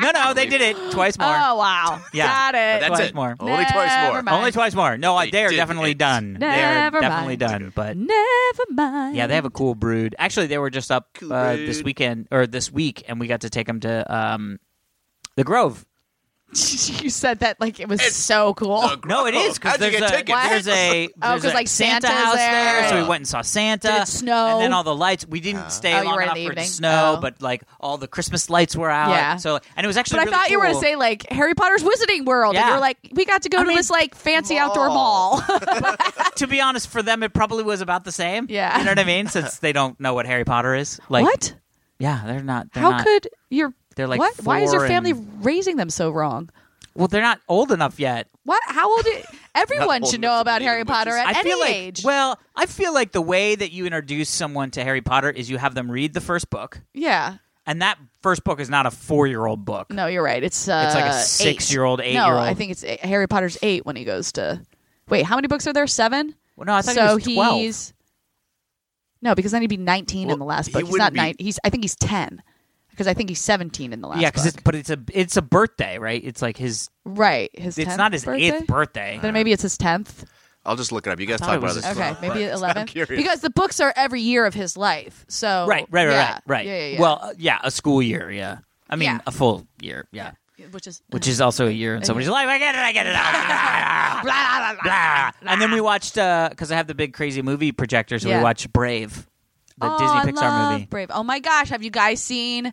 [SPEAKER 2] No, no, they did it twice more.
[SPEAKER 1] Oh, wow.
[SPEAKER 2] Yeah.
[SPEAKER 1] Got it.
[SPEAKER 3] That's
[SPEAKER 2] Twice
[SPEAKER 3] it.
[SPEAKER 2] more.
[SPEAKER 3] Only twice
[SPEAKER 1] Never
[SPEAKER 3] more.
[SPEAKER 1] mind.
[SPEAKER 2] Only twice more. No, I,
[SPEAKER 3] They
[SPEAKER 2] they are
[SPEAKER 3] did
[SPEAKER 2] definitely
[SPEAKER 3] it.
[SPEAKER 2] done.
[SPEAKER 1] Never
[SPEAKER 2] They're definitely
[SPEAKER 1] mind.
[SPEAKER 2] done. But
[SPEAKER 1] Never mind.
[SPEAKER 2] yeah, they have a cool brood. Actually, they were just up
[SPEAKER 3] Cool
[SPEAKER 2] uh, this
[SPEAKER 3] brood.
[SPEAKER 2] weekend or this week, and we got to take them to um, the Grove.
[SPEAKER 1] *laughs* you said that like it was so cool.
[SPEAKER 2] *laughs* No, it is because
[SPEAKER 3] Oh, How'd you
[SPEAKER 2] there's,
[SPEAKER 3] get
[SPEAKER 2] a
[SPEAKER 3] tickets? What?
[SPEAKER 2] there's a
[SPEAKER 1] Oh,
[SPEAKER 2] there's
[SPEAKER 1] 'cause,
[SPEAKER 2] a
[SPEAKER 1] like,
[SPEAKER 2] Santa
[SPEAKER 1] Santa's
[SPEAKER 2] house there.
[SPEAKER 1] there.
[SPEAKER 2] so we went and saw Santa.
[SPEAKER 1] Did it snow?
[SPEAKER 2] And then all the lights. We
[SPEAKER 3] Uh-huh.
[SPEAKER 2] didn't stay
[SPEAKER 1] Oh, you
[SPEAKER 2] long
[SPEAKER 1] were in
[SPEAKER 2] enough
[SPEAKER 1] the
[SPEAKER 2] for it to
[SPEAKER 1] evening?
[SPEAKER 2] snow,
[SPEAKER 1] Oh.
[SPEAKER 2] but like all the Christmas lights were out.
[SPEAKER 1] Yeah.
[SPEAKER 2] So and it was
[SPEAKER 1] *laughs*
[SPEAKER 2] actually.
[SPEAKER 1] but I
[SPEAKER 2] really
[SPEAKER 1] thought you were
[SPEAKER 2] cool.
[SPEAKER 1] going to say like Harry Potter's Wizarding World, and
[SPEAKER 2] Yeah.
[SPEAKER 1] you were like, we got to go
[SPEAKER 2] I
[SPEAKER 1] to
[SPEAKER 2] mean,
[SPEAKER 1] this like fancy outdoor mall. *laughs*
[SPEAKER 2] to be honest, for them, it probably was about the same.
[SPEAKER 1] Yeah.
[SPEAKER 2] You know what I mean? Since they don't know what Harry Potter is. Like,
[SPEAKER 1] what?
[SPEAKER 2] Yeah, they're not. They're
[SPEAKER 1] How
[SPEAKER 2] not,
[SPEAKER 1] could your
[SPEAKER 2] They're, like,
[SPEAKER 1] what? Why is your
[SPEAKER 2] four
[SPEAKER 1] family
[SPEAKER 2] and-
[SPEAKER 1] raising them so wrong?
[SPEAKER 2] Well, they're not old enough yet.
[SPEAKER 1] What? How old? i- *laughs* Everyone
[SPEAKER 3] old
[SPEAKER 1] should
[SPEAKER 3] enough
[SPEAKER 1] know
[SPEAKER 3] to
[SPEAKER 1] about
[SPEAKER 3] believe
[SPEAKER 1] Harry
[SPEAKER 3] in witches.
[SPEAKER 1] Potter at
[SPEAKER 2] I
[SPEAKER 1] any
[SPEAKER 2] feel like.
[SPEAKER 1] age.
[SPEAKER 2] Well, I feel like the way that you introduce someone to Harry Potter is you have them read the first book,
[SPEAKER 1] yeah.
[SPEAKER 2] and that first book is not a four-year-old book.
[SPEAKER 1] No, you're right. It's uh,
[SPEAKER 2] It's like a
[SPEAKER 1] eight.
[SPEAKER 2] six-year-old,
[SPEAKER 1] No,
[SPEAKER 2] eight-year-old.
[SPEAKER 1] I think it's eight. Harry Potter's eight when he goes to. Wait, how many books are there? Seven.
[SPEAKER 2] Well, no, I thought
[SPEAKER 1] so
[SPEAKER 2] he was 12.
[SPEAKER 1] he's no, because then he'd be 19
[SPEAKER 3] Well,
[SPEAKER 1] in the last
[SPEAKER 3] he
[SPEAKER 1] book. He's
[SPEAKER 3] wouldn't
[SPEAKER 1] not
[SPEAKER 3] be-
[SPEAKER 1] nine. He's I think he's 10 because I think he's 17 in the last.
[SPEAKER 2] yeah,
[SPEAKER 1] because
[SPEAKER 2] because but it's a it's a birthday, right? It's like his.
[SPEAKER 1] right. His
[SPEAKER 2] It's
[SPEAKER 1] 10th
[SPEAKER 2] not his
[SPEAKER 1] birthday?
[SPEAKER 2] eighth birthday.
[SPEAKER 1] Then maybe it's his 10th.
[SPEAKER 3] *laughs*
[SPEAKER 2] *laughs*
[SPEAKER 3] I'll just look it up. You guys
[SPEAKER 2] thought
[SPEAKER 3] talk
[SPEAKER 2] it
[SPEAKER 3] about
[SPEAKER 2] was
[SPEAKER 3] this.
[SPEAKER 2] his
[SPEAKER 1] Okay,
[SPEAKER 3] Well,
[SPEAKER 1] maybe
[SPEAKER 3] right. I'm
[SPEAKER 1] 11.
[SPEAKER 3] curious.
[SPEAKER 1] Because the books are every year of his life. So
[SPEAKER 2] Right, right, right,
[SPEAKER 1] yeah.
[SPEAKER 2] right, right.
[SPEAKER 1] Yeah, yeah, yeah.
[SPEAKER 2] Well, uh, yeah, a school year. Yeah, I mean
[SPEAKER 1] Yeah.
[SPEAKER 2] a full year. Yeah.
[SPEAKER 1] which is
[SPEAKER 2] Which is also a year in somebody's life. I get it. I get it.
[SPEAKER 1] *laughs*
[SPEAKER 2] Ah, blah, blah, blah, blah. And then we watched because I have the big crazy movie projector, so
[SPEAKER 1] Yeah.
[SPEAKER 2] we watched Brave,
[SPEAKER 1] *laughs*
[SPEAKER 2] the
[SPEAKER 1] oh,
[SPEAKER 2] Disney
[SPEAKER 1] I
[SPEAKER 2] Pixar
[SPEAKER 1] love
[SPEAKER 2] movie.
[SPEAKER 1] Brave. Oh my gosh, have you guys seen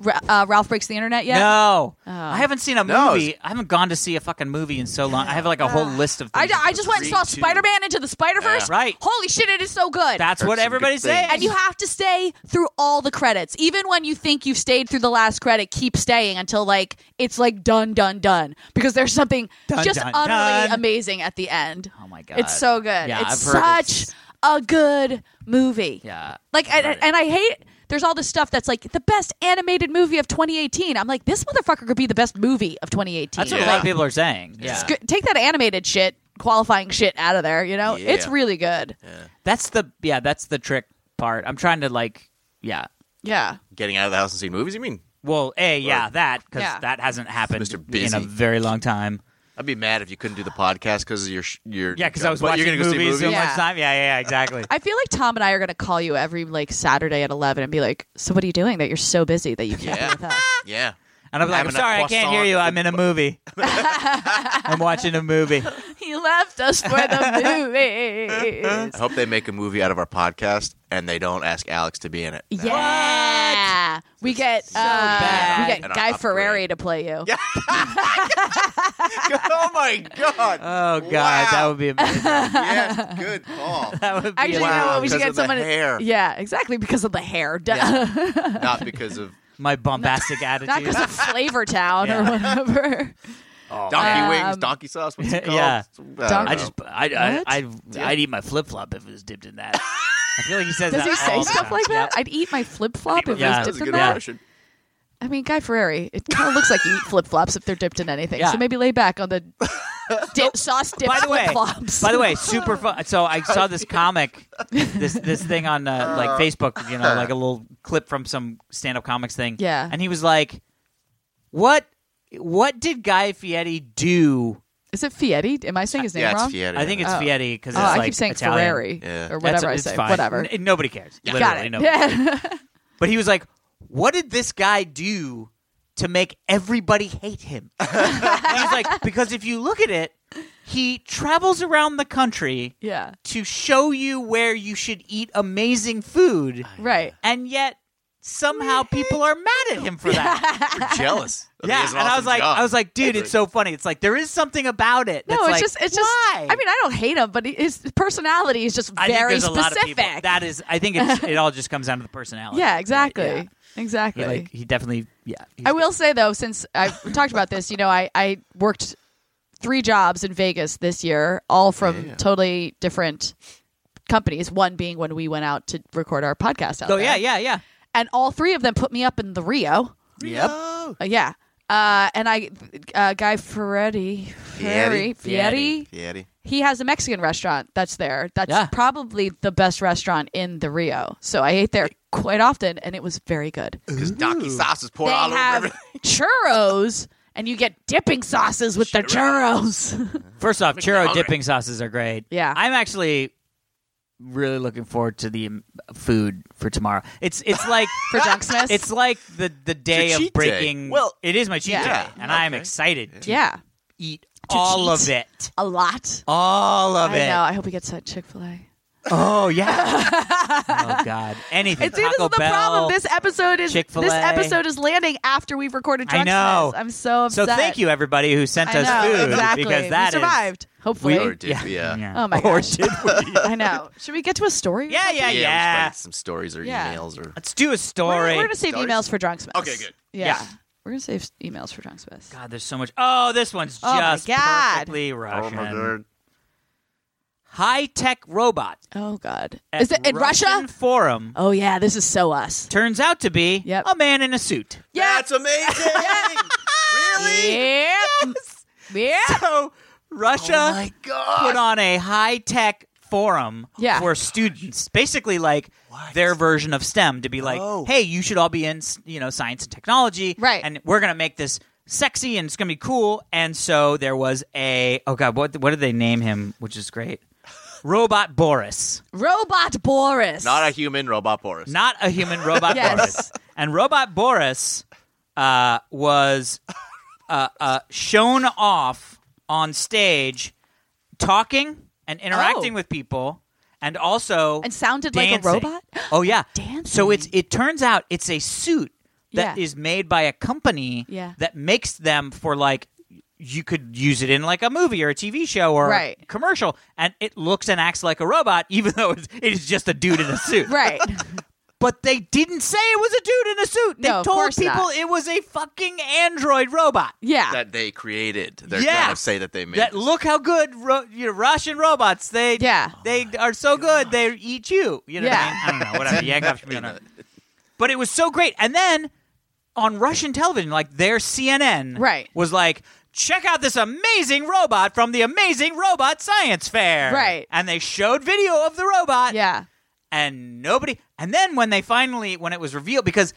[SPEAKER 1] Ra- uh, Ralph Breaks the Internet yet?
[SPEAKER 2] No,
[SPEAKER 1] Oh.
[SPEAKER 2] I haven't seen a
[SPEAKER 3] No,
[SPEAKER 2] movie.
[SPEAKER 3] it's-
[SPEAKER 2] I haven't gone to see a fucking movie in so long. I have like a whole list of
[SPEAKER 1] Uh, I,
[SPEAKER 2] things.
[SPEAKER 1] I just went and saw
[SPEAKER 3] Creed two.
[SPEAKER 1] Spider Man Into the Spider Verse.
[SPEAKER 2] Yeah. Right.
[SPEAKER 1] Holy shit, it is so good.
[SPEAKER 2] That's
[SPEAKER 3] Heard
[SPEAKER 2] what
[SPEAKER 3] some good
[SPEAKER 2] everybody's
[SPEAKER 3] things.
[SPEAKER 2] saying.
[SPEAKER 1] and you have to stay through all the credits. Even when you think you've stayed through the last credit, keep staying until like it's like done, done, done. Because there's something
[SPEAKER 2] Dun,
[SPEAKER 1] just
[SPEAKER 2] dun,
[SPEAKER 1] utterly
[SPEAKER 2] dun.
[SPEAKER 1] amazing at the end.
[SPEAKER 2] oh my god,
[SPEAKER 1] It's so good.
[SPEAKER 2] Yeah,
[SPEAKER 1] it's
[SPEAKER 2] I've heard
[SPEAKER 1] such
[SPEAKER 2] it's-
[SPEAKER 1] a good movie.
[SPEAKER 2] yeah.
[SPEAKER 1] Like and,
[SPEAKER 2] Right.
[SPEAKER 1] and I hate there's all this stuff that's like the best animated movie of 2018. I'm like this motherfucker could be the best movie of 2018.
[SPEAKER 2] That's what
[SPEAKER 3] Yeah.
[SPEAKER 2] a lot of people are saying. Yeah,
[SPEAKER 1] It's good- Take that animated shit, qualifying shit out of there, you know?
[SPEAKER 3] Yeah.
[SPEAKER 1] It's really good.
[SPEAKER 2] that's the yeah, that's the trick part. I'm trying to like yeah.
[SPEAKER 1] Yeah.
[SPEAKER 3] Getting out of the house and seeing movies. You mean?
[SPEAKER 2] Well, a yeah,
[SPEAKER 3] Or-
[SPEAKER 2] that because
[SPEAKER 1] Yeah.
[SPEAKER 2] that hasn't happened
[SPEAKER 3] Mr.
[SPEAKER 2] in
[SPEAKER 3] Busy.
[SPEAKER 2] a very long time.
[SPEAKER 3] I'd be mad if you couldn't do the podcast because your sh- your
[SPEAKER 2] Yeah, because I was
[SPEAKER 3] But
[SPEAKER 2] watching
[SPEAKER 3] you're gonna go
[SPEAKER 2] movies,
[SPEAKER 3] see
[SPEAKER 2] so
[SPEAKER 1] Yeah.
[SPEAKER 2] much time. Yeah, yeah, yeah, *laughs* exactly.
[SPEAKER 1] I feel like Tom and I are going to call you every like Saturday at 11 and be like, "So what are you doing that you're so busy that you can't
[SPEAKER 3] Yeah.
[SPEAKER 1] be with us?"
[SPEAKER 3] Yeah.
[SPEAKER 2] And I'm like,
[SPEAKER 3] Having
[SPEAKER 2] I'm
[SPEAKER 3] a
[SPEAKER 2] sorry, I can't hear
[SPEAKER 3] croissant
[SPEAKER 2] you. *laughs* I'm
[SPEAKER 3] with-
[SPEAKER 2] in a movie. I'm watching a movie.
[SPEAKER 1] *laughs* he left us for *laughs* the
[SPEAKER 3] I
[SPEAKER 1] movies.
[SPEAKER 3] hope they make a movie out of our podcast and they don't ask Alex to be in it.
[SPEAKER 1] Yeah. We get uh,
[SPEAKER 2] bad.
[SPEAKER 1] we get
[SPEAKER 3] And I'll
[SPEAKER 1] Guy
[SPEAKER 3] upgrade.
[SPEAKER 1] Ferrari to play you.
[SPEAKER 3] *laughs* oh my
[SPEAKER 2] *laughs*
[SPEAKER 3] god.
[SPEAKER 2] Oh god,
[SPEAKER 3] Wow.
[SPEAKER 2] that would be *laughs* amazing.
[SPEAKER 3] yes,
[SPEAKER 2] *laughs*
[SPEAKER 3] good call.
[SPEAKER 2] that would be
[SPEAKER 1] Actually, you know
[SPEAKER 2] amazing.
[SPEAKER 1] what? We should
[SPEAKER 3] because
[SPEAKER 1] get
[SPEAKER 3] of the
[SPEAKER 1] someone.
[SPEAKER 3] hair.
[SPEAKER 1] Yeah, exactly because of the hair. Duh. *laughs*
[SPEAKER 2] Yeah.
[SPEAKER 3] Not because of
[SPEAKER 2] my bombastic
[SPEAKER 1] Not
[SPEAKER 2] attitude.
[SPEAKER 1] because of Flavor Town or
[SPEAKER 2] Yeah.
[SPEAKER 1] whatever.
[SPEAKER 3] *laughs* donkey
[SPEAKER 1] man.
[SPEAKER 3] wings, donkey sauce. What's it called?
[SPEAKER 2] Um, *laughs* Yeah.
[SPEAKER 3] I, don't
[SPEAKER 2] I
[SPEAKER 3] know.
[SPEAKER 2] just I I,
[SPEAKER 1] What?
[SPEAKER 2] I I'd eat my flip flop if it was dipped in that. *laughs* I feel like he says
[SPEAKER 1] Does
[SPEAKER 2] that
[SPEAKER 1] he
[SPEAKER 2] all
[SPEAKER 1] say
[SPEAKER 2] the
[SPEAKER 1] stuff
[SPEAKER 2] time.
[SPEAKER 1] like that?
[SPEAKER 2] Yep.
[SPEAKER 1] I'd eat my flip flop if it
[SPEAKER 2] Yeah.
[SPEAKER 3] That
[SPEAKER 1] was
[SPEAKER 3] was a
[SPEAKER 1] dipped in
[SPEAKER 3] good
[SPEAKER 1] that.
[SPEAKER 3] question.
[SPEAKER 1] I mean, Guy Ferrari. It kind of looks like you eat flip flops if they're dipped in anything.
[SPEAKER 2] Yeah.
[SPEAKER 1] So maybe lay back
[SPEAKER 2] *laughs*
[SPEAKER 1] on the dip, sauce dip
[SPEAKER 2] By the way,
[SPEAKER 1] flip flops.
[SPEAKER 2] by
[SPEAKER 1] *laughs*
[SPEAKER 2] the way, super fun. So I saw this comic, this this thing on
[SPEAKER 1] Uh-huh.
[SPEAKER 2] uh, like Facebook, you know,
[SPEAKER 1] *laughs*
[SPEAKER 2] like a little clip from some stand up comics thing.
[SPEAKER 1] Yeah.
[SPEAKER 2] and he was like, "What, what did Guy Fieri do?"
[SPEAKER 1] is it Fietti? Am I saying his name
[SPEAKER 3] yeah,
[SPEAKER 1] wrong?
[SPEAKER 3] it's Fiat.
[SPEAKER 2] I think it's
[SPEAKER 1] Oh.
[SPEAKER 2] Fieri because
[SPEAKER 1] Oh,
[SPEAKER 2] it's
[SPEAKER 1] I
[SPEAKER 2] like
[SPEAKER 1] keep saying
[SPEAKER 2] Italian.
[SPEAKER 1] Ferrari
[SPEAKER 3] Yeah.
[SPEAKER 1] or
[SPEAKER 2] That's-
[SPEAKER 1] whatever I
[SPEAKER 2] it's
[SPEAKER 1] say.
[SPEAKER 2] fine.
[SPEAKER 1] Whatever.
[SPEAKER 2] N- nobody cares.
[SPEAKER 1] Got
[SPEAKER 2] Literally
[SPEAKER 1] it. *laughs*
[SPEAKER 2] nobody But he was like, "What did this guy do to make everybody
[SPEAKER 1] *laughs*
[SPEAKER 2] hate him?" He's like, "Because if you look at it, he travels around the country
[SPEAKER 1] yeah.
[SPEAKER 2] to show you where you should eat amazing food,
[SPEAKER 1] Right.
[SPEAKER 2] and yet somehow people are mad at him for that." *laughs*
[SPEAKER 3] *laughs* We're jealous. I think
[SPEAKER 2] yeah,
[SPEAKER 3] it's an
[SPEAKER 2] and I
[SPEAKER 3] awesome
[SPEAKER 2] was like,
[SPEAKER 3] job.
[SPEAKER 2] I was like, dude, it's so funny. It's like there is something about it.
[SPEAKER 1] No,
[SPEAKER 2] that's
[SPEAKER 1] it's
[SPEAKER 2] like,
[SPEAKER 1] just it's
[SPEAKER 2] why?
[SPEAKER 1] just. I mean, I don't hate him, but his personality is just
[SPEAKER 2] I think
[SPEAKER 1] very
[SPEAKER 2] there's a lot of
[SPEAKER 1] specific.
[SPEAKER 2] people- That is, I think
[SPEAKER 1] *laughs*
[SPEAKER 2] it's, it all just comes down to the personality.
[SPEAKER 1] yeah, exactly,
[SPEAKER 2] Yeah.
[SPEAKER 1] exactly.
[SPEAKER 2] He, like he definitely, yeah. he's
[SPEAKER 1] I will say though, since I've *laughs* talked about this, you know, I, I worked three jobs in Vegas this year, all from
[SPEAKER 3] Yeah.
[SPEAKER 1] totally different companies. One being when we went out to record our podcast out
[SPEAKER 2] Oh
[SPEAKER 1] there.
[SPEAKER 2] yeah, yeah, yeah.
[SPEAKER 1] and all three of them put me up in the Rio.
[SPEAKER 2] Yep.
[SPEAKER 1] Uh, yeah, uh, and I, uh, guy Ferretti, Ferrari, Fieri,
[SPEAKER 2] Fieri.
[SPEAKER 3] Fiat.
[SPEAKER 1] he has a Mexican restaurant that's there. That's
[SPEAKER 2] Yeah.
[SPEAKER 1] probably the best restaurant in the Rio. So I ate there quite often, and it was very good
[SPEAKER 3] Because donkey sauce is poured
[SPEAKER 1] they
[SPEAKER 3] all over
[SPEAKER 1] have
[SPEAKER 3] everything.
[SPEAKER 1] churros and you get dipping sauces with the
[SPEAKER 2] *laughs*
[SPEAKER 1] churros.
[SPEAKER 2] First off,
[SPEAKER 3] me
[SPEAKER 2] churro
[SPEAKER 3] hungry.
[SPEAKER 2] dipping sauces are great.
[SPEAKER 1] Yeah.
[SPEAKER 2] I'm actually really looking forward to the um, food for tomorrow. It's it's like
[SPEAKER 1] *laughs* For Junksmith?
[SPEAKER 2] It's like the the day
[SPEAKER 3] your
[SPEAKER 2] of
[SPEAKER 3] cheat day.
[SPEAKER 2] breaking.
[SPEAKER 3] Well,
[SPEAKER 2] it is my cheat
[SPEAKER 1] yeah.
[SPEAKER 2] day, and I'm excited to
[SPEAKER 1] yeah.
[SPEAKER 2] eat all
[SPEAKER 1] cheat.
[SPEAKER 2] of it.
[SPEAKER 1] A lot.
[SPEAKER 2] All of
[SPEAKER 1] I
[SPEAKER 2] it.
[SPEAKER 1] know. I hope we get set Chick fil
[SPEAKER 2] *laughs*
[SPEAKER 1] A. *laughs*
[SPEAKER 2] Oh yeah. oh god. Anything.
[SPEAKER 1] See, this
[SPEAKER 2] Taco
[SPEAKER 1] is the
[SPEAKER 2] Bell.
[SPEAKER 1] problem. This episode is
[SPEAKER 2] Chick-fil-A.
[SPEAKER 1] this episode is landing after we've recorded
[SPEAKER 2] I
[SPEAKER 1] Drunk
[SPEAKER 2] know.
[SPEAKER 1] I'm so
[SPEAKER 2] so
[SPEAKER 1] upset.
[SPEAKER 2] thank you everybody who sent
[SPEAKER 1] I
[SPEAKER 2] us
[SPEAKER 1] know,
[SPEAKER 2] food
[SPEAKER 1] exactly.
[SPEAKER 2] because that
[SPEAKER 1] we
[SPEAKER 2] is-
[SPEAKER 1] survived. Hopefully.
[SPEAKER 3] Or did-
[SPEAKER 2] yeah.
[SPEAKER 3] yeah.
[SPEAKER 1] Oh my
[SPEAKER 2] Or
[SPEAKER 1] gosh.
[SPEAKER 2] did
[SPEAKER 1] *laughs*
[SPEAKER 2] we?
[SPEAKER 1] I know. Should we get to a story? or
[SPEAKER 2] Yeah,
[SPEAKER 1] something?
[SPEAKER 2] *laughs* yeah,
[SPEAKER 3] we
[SPEAKER 2] yeah.
[SPEAKER 3] explained Some stories or
[SPEAKER 1] Yeah.
[SPEAKER 3] emails or.
[SPEAKER 2] Let's do a
[SPEAKER 1] We're,
[SPEAKER 2] story.
[SPEAKER 1] we're gonna save
[SPEAKER 3] Stories?
[SPEAKER 1] emails for Drunk Smith.
[SPEAKER 3] Okay, good.
[SPEAKER 1] Yeah.
[SPEAKER 2] Yeah.
[SPEAKER 1] We're gonna save emails for Drunk Smith.
[SPEAKER 2] God, there's so much. Oh, this one's
[SPEAKER 1] Oh my
[SPEAKER 2] just
[SPEAKER 1] God.
[SPEAKER 2] perfectly
[SPEAKER 3] Oh my
[SPEAKER 2] Russian.
[SPEAKER 3] god.
[SPEAKER 2] High tech robot.
[SPEAKER 1] Oh God.
[SPEAKER 2] at
[SPEAKER 1] is it in
[SPEAKER 2] Russian
[SPEAKER 1] Russia?
[SPEAKER 2] Forum
[SPEAKER 1] Oh yeah, this is so us.
[SPEAKER 2] turns out to be
[SPEAKER 1] Yep.
[SPEAKER 2] a man in a suit. *laughs*
[SPEAKER 1] Yeah.
[SPEAKER 3] That's amazing. really?
[SPEAKER 1] Yeah. Yeah.
[SPEAKER 2] So
[SPEAKER 3] Oh
[SPEAKER 2] Russia
[SPEAKER 3] my god.
[SPEAKER 2] put on a high tech forum
[SPEAKER 1] Yeah.
[SPEAKER 2] for students, basically like
[SPEAKER 3] What?
[SPEAKER 2] their version of STEM, to be like,
[SPEAKER 3] Oh.
[SPEAKER 2] hey, you should all be in s- you know science and technology,
[SPEAKER 1] Right.
[SPEAKER 2] And we're gonna make this sexy and it's gonna be cool. And so there was a oh god, what what did they name him? Which is
[SPEAKER 3] *laughs*
[SPEAKER 2] great. Robot Boris.
[SPEAKER 1] Robot Boris.
[SPEAKER 3] Not a human robot Boris.
[SPEAKER 2] not a human
[SPEAKER 1] *laughs*
[SPEAKER 2] robot
[SPEAKER 1] Yes.
[SPEAKER 2] Boris. And robot Boris uh, was uh, uh, shown off on stage, talking and interacting
[SPEAKER 1] Oh.
[SPEAKER 2] with people, and also
[SPEAKER 1] And sounded like a
[SPEAKER 2] dancing.
[SPEAKER 1] robot?
[SPEAKER 2] *gasps* Oh yeah,
[SPEAKER 1] Dancing.
[SPEAKER 2] So it's it turns out it's a suit that is
[SPEAKER 1] Yeah.
[SPEAKER 2] made by a company
[SPEAKER 1] Yeah.
[SPEAKER 2] that makes them for like you could use it in like a movie or a TV show or a
[SPEAKER 1] Right.
[SPEAKER 2] commercial, and it looks and acts like a robot, even though it's, it is just a dude in a
[SPEAKER 1] *laughs* *laughs*
[SPEAKER 2] suit.
[SPEAKER 1] Right.
[SPEAKER 2] But they didn't say it was a dude in a suit. They
[SPEAKER 1] No, of
[SPEAKER 2] told
[SPEAKER 1] course
[SPEAKER 2] people
[SPEAKER 1] not.
[SPEAKER 2] it was a fucking android robot.
[SPEAKER 1] Yeah.
[SPEAKER 3] that they created. They're
[SPEAKER 2] Yeah.
[SPEAKER 3] trying to say that they made.
[SPEAKER 2] That
[SPEAKER 3] this.
[SPEAKER 2] look how good ro- you know, Russian robots. They
[SPEAKER 1] Yeah.
[SPEAKER 2] they are so good they eat you. You know
[SPEAKER 1] Yeah.
[SPEAKER 2] what Oh I mean? I don't know whatever. Yakov Shmina. *laughs* But it was so great. And then on Russian television, like their CNN
[SPEAKER 1] Right.
[SPEAKER 2] was like. Check out this amazing robot from the amazing robot science fair.
[SPEAKER 1] Right.
[SPEAKER 2] And they showed video of the robot
[SPEAKER 1] yeah.
[SPEAKER 2] and nobody and then when they finally when it was revealed because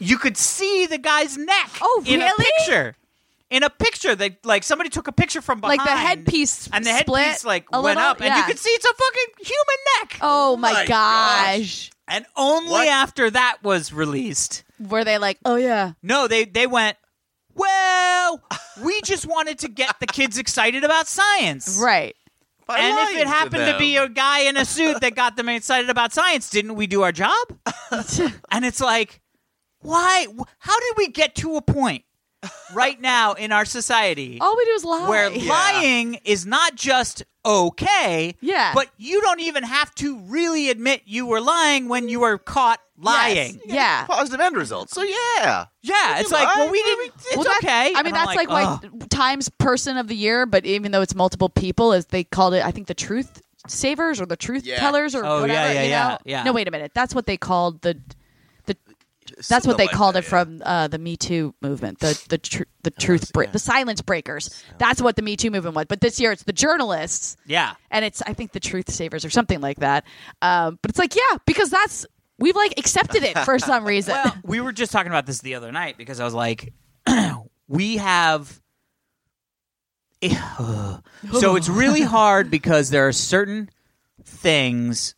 [SPEAKER 2] you could see the guy's neck
[SPEAKER 1] Oh,
[SPEAKER 2] in a
[SPEAKER 1] really?
[SPEAKER 2] picture in a picture they like somebody took a picture from behind
[SPEAKER 1] Like the headpiece
[SPEAKER 2] and the
[SPEAKER 1] split
[SPEAKER 2] headpiece like
[SPEAKER 1] a
[SPEAKER 2] went
[SPEAKER 1] little?
[SPEAKER 2] up and you
[SPEAKER 1] Yeah.
[SPEAKER 2] could see it's a fucking human neck
[SPEAKER 1] Oh my,
[SPEAKER 3] my
[SPEAKER 1] gosh.
[SPEAKER 2] and only
[SPEAKER 3] What?
[SPEAKER 2] after that was released
[SPEAKER 1] Were they like, oh yeah,
[SPEAKER 2] no they they went well we just wanted to get the kids excited about science
[SPEAKER 1] right? *laughs*
[SPEAKER 3] I
[SPEAKER 2] and
[SPEAKER 3] lied
[SPEAKER 2] if it happened to,
[SPEAKER 3] them.
[SPEAKER 2] be a guy in a suit that got them excited about science, didn't we do our job? and it's like, why? wh- How did we get to
[SPEAKER 1] *laughs*
[SPEAKER 2] a point right now in our society
[SPEAKER 1] All we do is lie.
[SPEAKER 2] where lying is not just okay,
[SPEAKER 1] Yeah.
[SPEAKER 2] but you don't even have to really admit you were lying when you were caught lying?
[SPEAKER 1] Yes. Yeah.
[SPEAKER 3] positive end result. So yeah,
[SPEAKER 2] Yeah, it's like,
[SPEAKER 3] lied?
[SPEAKER 2] well, we
[SPEAKER 3] Well, we
[SPEAKER 2] didn't. It's
[SPEAKER 1] Well, that's-
[SPEAKER 2] okay.
[SPEAKER 1] I mean,
[SPEAKER 2] And I'm
[SPEAKER 1] that's like,
[SPEAKER 2] ugh.
[SPEAKER 1] why Times Person of the Year, but even though it's multiple people, as they called it, I think the truth savers or the truth
[SPEAKER 3] Yeah.
[SPEAKER 1] tellers or
[SPEAKER 2] Oh, yeah,
[SPEAKER 1] whatever.
[SPEAKER 2] yeah,
[SPEAKER 1] you
[SPEAKER 2] yeah,
[SPEAKER 1] know?
[SPEAKER 2] yeah.
[SPEAKER 1] No, wait a minute. That's what they called the. the that's
[SPEAKER 3] Something
[SPEAKER 1] what they
[SPEAKER 3] like
[SPEAKER 1] called it
[SPEAKER 3] that, yeah.
[SPEAKER 1] from uh, the Me Too movement, the the tr- the
[SPEAKER 2] Oh,
[SPEAKER 1] truth, bre- the silence breakers. That's what the Me Too movement was. But this year, it's the journalists
[SPEAKER 2] Yeah.
[SPEAKER 1] and it's I think the truth savers or something like that. Um, but it's like yeah, because that's we've like accepted it for
[SPEAKER 2] *laughs*
[SPEAKER 1] some reason.
[SPEAKER 2] Well, we were just talking about this the other night because I was like, *clears throat* we have. *sighs* so it's really hard because there are certain things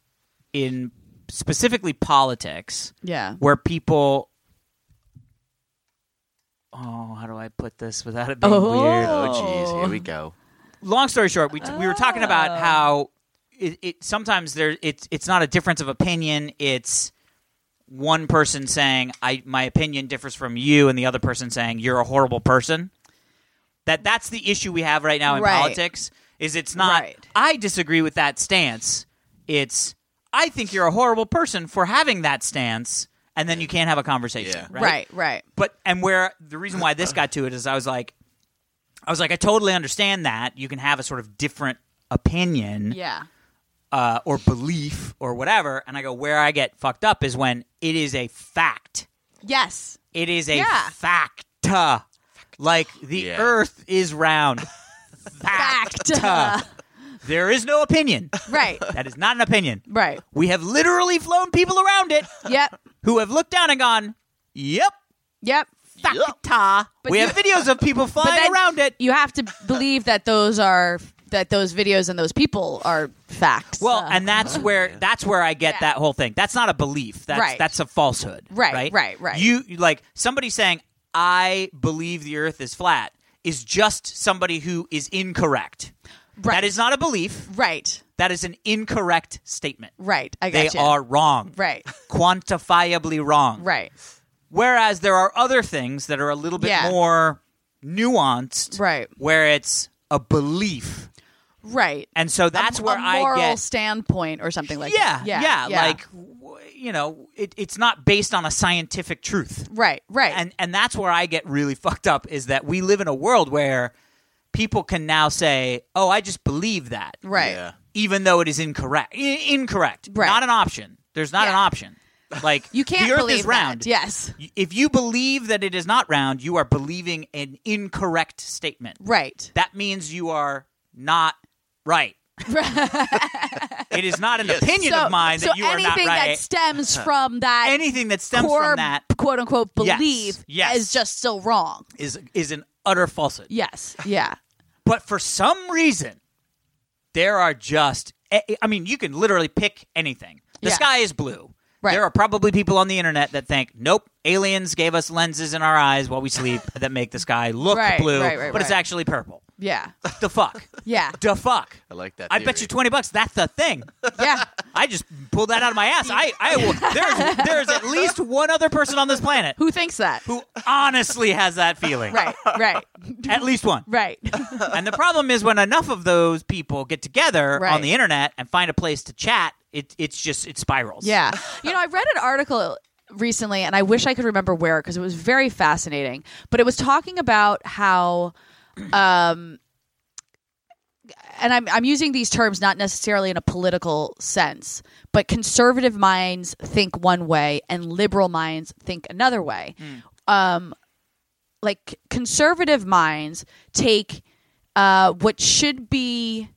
[SPEAKER 2] in specifically politics
[SPEAKER 1] *laughs* yeah,
[SPEAKER 2] where people. Oh, how do I put this without it being
[SPEAKER 1] Oh.
[SPEAKER 2] weird?
[SPEAKER 3] Oh jeez, here we go.
[SPEAKER 2] long story short, we, we were talking
[SPEAKER 1] Oh.
[SPEAKER 2] about how it, it sometimes there it's it's not a difference of opinion. It's one person saying I my opinion differs from you, and the other person saying you're a horrible person. That that's the issue we have right now in
[SPEAKER 1] Right.
[SPEAKER 2] politics. Is it's not
[SPEAKER 1] Right.
[SPEAKER 2] I disagree with that stance. It's I think you're a horrible person for having that stance, and then you can't have a conversation.
[SPEAKER 3] Yeah.
[SPEAKER 2] Right.
[SPEAKER 1] right, right,
[SPEAKER 2] But and where the reason why this got to it is I was like, I was like, I totally understand that you can have a sort of different opinion
[SPEAKER 1] yeah,
[SPEAKER 2] uh, or belief or whatever. And I go, where I get fucked up is when it is a fact.
[SPEAKER 1] yes,
[SPEAKER 2] It is a
[SPEAKER 1] Yeah.
[SPEAKER 2] fact. Like the
[SPEAKER 3] Yeah.
[SPEAKER 2] Earth is round.
[SPEAKER 1] Fact. *laughs*
[SPEAKER 2] Facta. there is no opinion.
[SPEAKER 1] right,
[SPEAKER 2] That is not an opinion.
[SPEAKER 1] right,
[SPEAKER 2] We have literally flown people around it
[SPEAKER 1] yep,
[SPEAKER 2] who have looked down and gone, "Yep,
[SPEAKER 1] yep.
[SPEAKER 2] facta."
[SPEAKER 1] But
[SPEAKER 2] we
[SPEAKER 1] you-
[SPEAKER 2] have videos of
[SPEAKER 1] *laughs*
[SPEAKER 2] people flying
[SPEAKER 1] then-
[SPEAKER 2] around it.
[SPEAKER 1] You have to believe that those are that those videos and those people are facts.
[SPEAKER 2] Well,
[SPEAKER 1] Uh,
[SPEAKER 2] and that's where that's where I get
[SPEAKER 1] Yeah.
[SPEAKER 2] that whole thing. That's not a belief. That's
[SPEAKER 1] Right.
[SPEAKER 2] that's a falsehood.
[SPEAKER 1] Right,
[SPEAKER 2] Right.
[SPEAKER 1] right, right.
[SPEAKER 2] You you- like somebody saying I believe the Earth is flat is just somebody who is incorrect.
[SPEAKER 1] Right.
[SPEAKER 2] That is not a belief.
[SPEAKER 1] right,
[SPEAKER 2] That is an incorrect statement.
[SPEAKER 1] right. I
[SPEAKER 2] They
[SPEAKER 1] got
[SPEAKER 2] are wrong.
[SPEAKER 1] right,
[SPEAKER 2] Quantifiably wrong.
[SPEAKER 1] right,
[SPEAKER 2] Whereas there are other things that are a little bit
[SPEAKER 1] Yeah.
[SPEAKER 2] more nuanced.
[SPEAKER 1] Right.
[SPEAKER 2] Where it's a belief.
[SPEAKER 1] right.
[SPEAKER 2] *laughs* And so that's
[SPEAKER 1] a,
[SPEAKER 2] where
[SPEAKER 1] a
[SPEAKER 2] I
[SPEAKER 1] moral
[SPEAKER 2] get
[SPEAKER 1] standpoint or something like
[SPEAKER 2] yeah,
[SPEAKER 1] that.
[SPEAKER 2] yeah,
[SPEAKER 1] yeah,
[SPEAKER 2] Like w- you know, it, it's not based on a scientific truth,
[SPEAKER 1] right, right,
[SPEAKER 2] and and that's where I get really fucked up is that we live in a world where people can now say, "Oh, I just believe that,"
[SPEAKER 1] right.
[SPEAKER 3] Yeah.
[SPEAKER 2] even though it is incorrect. I- incorrect,
[SPEAKER 1] Right.
[SPEAKER 2] not an option. There's not an
[SPEAKER 1] Yeah.
[SPEAKER 2] option. Like
[SPEAKER 1] *laughs* You can't
[SPEAKER 2] the Earth
[SPEAKER 1] believe
[SPEAKER 2] is round.
[SPEAKER 1] That. Yes,
[SPEAKER 2] Y- If you believe that it is not round, you are believing an incorrect statement.
[SPEAKER 1] right.
[SPEAKER 2] That means you are not right. it is not an opinion of mine that
[SPEAKER 1] so
[SPEAKER 2] you are
[SPEAKER 1] anything
[SPEAKER 2] not right.
[SPEAKER 1] that
[SPEAKER 2] *laughs*
[SPEAKER 1] stems from that
[SPEAKER 2] anything that stems
[SPEAKER 1] core,
[SPEAKER 2] from that
[SPEAKER 1] quote unquote
[SPEAKER 2] Yes,
[SPEAKER 1] belief
[SPEAKER 2] yes.
[SPEAKER 1] is just still wrong.
[SPEAKER 2] is is an utter falsehood.
[SPEAKER 1] Yes. Yeah.
[SPEAKER 2] But for some reason, there are just eh, I mean, you can literally pick anything. The
[SPEAKER 1] Yeah.
[SPEAKER 2] sky is blue.
[SPEAKER 1] Right.
[SPEAKER 2] There are probably people on the internet that think, "Nope,
[SPEAKER 1] *laughs*
[SPEAKER 2] aliens gave us lenses in our eyes while we sleep that make the sky look
[SPEAKER 1] Right,
[SPEAKER 2] blue,
[SPEAKER 1] right, right,
[SPEAKER 2] but it's
[SPEAKER 1] right.
[SPEAKER 2] actually purple."
[SPEAKER 1] Yeah.
[SPEAKER 2] The fuck.
[SPEAKER 1] Yeah.
[SPEAKER 2] the fuck.
[SPEAKER 3] I like that.
[SPEAKER 2] I bet you
[SPEAKER 3] theory.
[SPEAKER 2] twenty bucks. That's the thing. *laughs*
[SPEAKER 1] Yeah.
[SPEAKER 2] I just pulled that out of my ass. I, I will. There's, there's at least one other person on this planet
[SPEAKER 1] Who thinks that?
[SPEAKER 2] who honestly has that feeling.
[SPEAKER 1] Right. Right.
[SPEAKER 2] At least one.
[SPEAKER 1] *laughs* Right.
[SPEAKER 2] *laughs* And the problem is when enough of those people get together
[SPEAKER 1] Right.
[SPEAKER 2] on the internet and find a place to chat, it, it's just, it spirals.
[SPEAKER 1] Yeah. *laughs* You know, I read an article recently and I wish I could remember where because it was very fascinating, but it was talking about how um and I'm I'm using these terms not necessarily in a political sense, but conservative minds think one way and liberal minds think another way. Um like conservative minds take uh what should be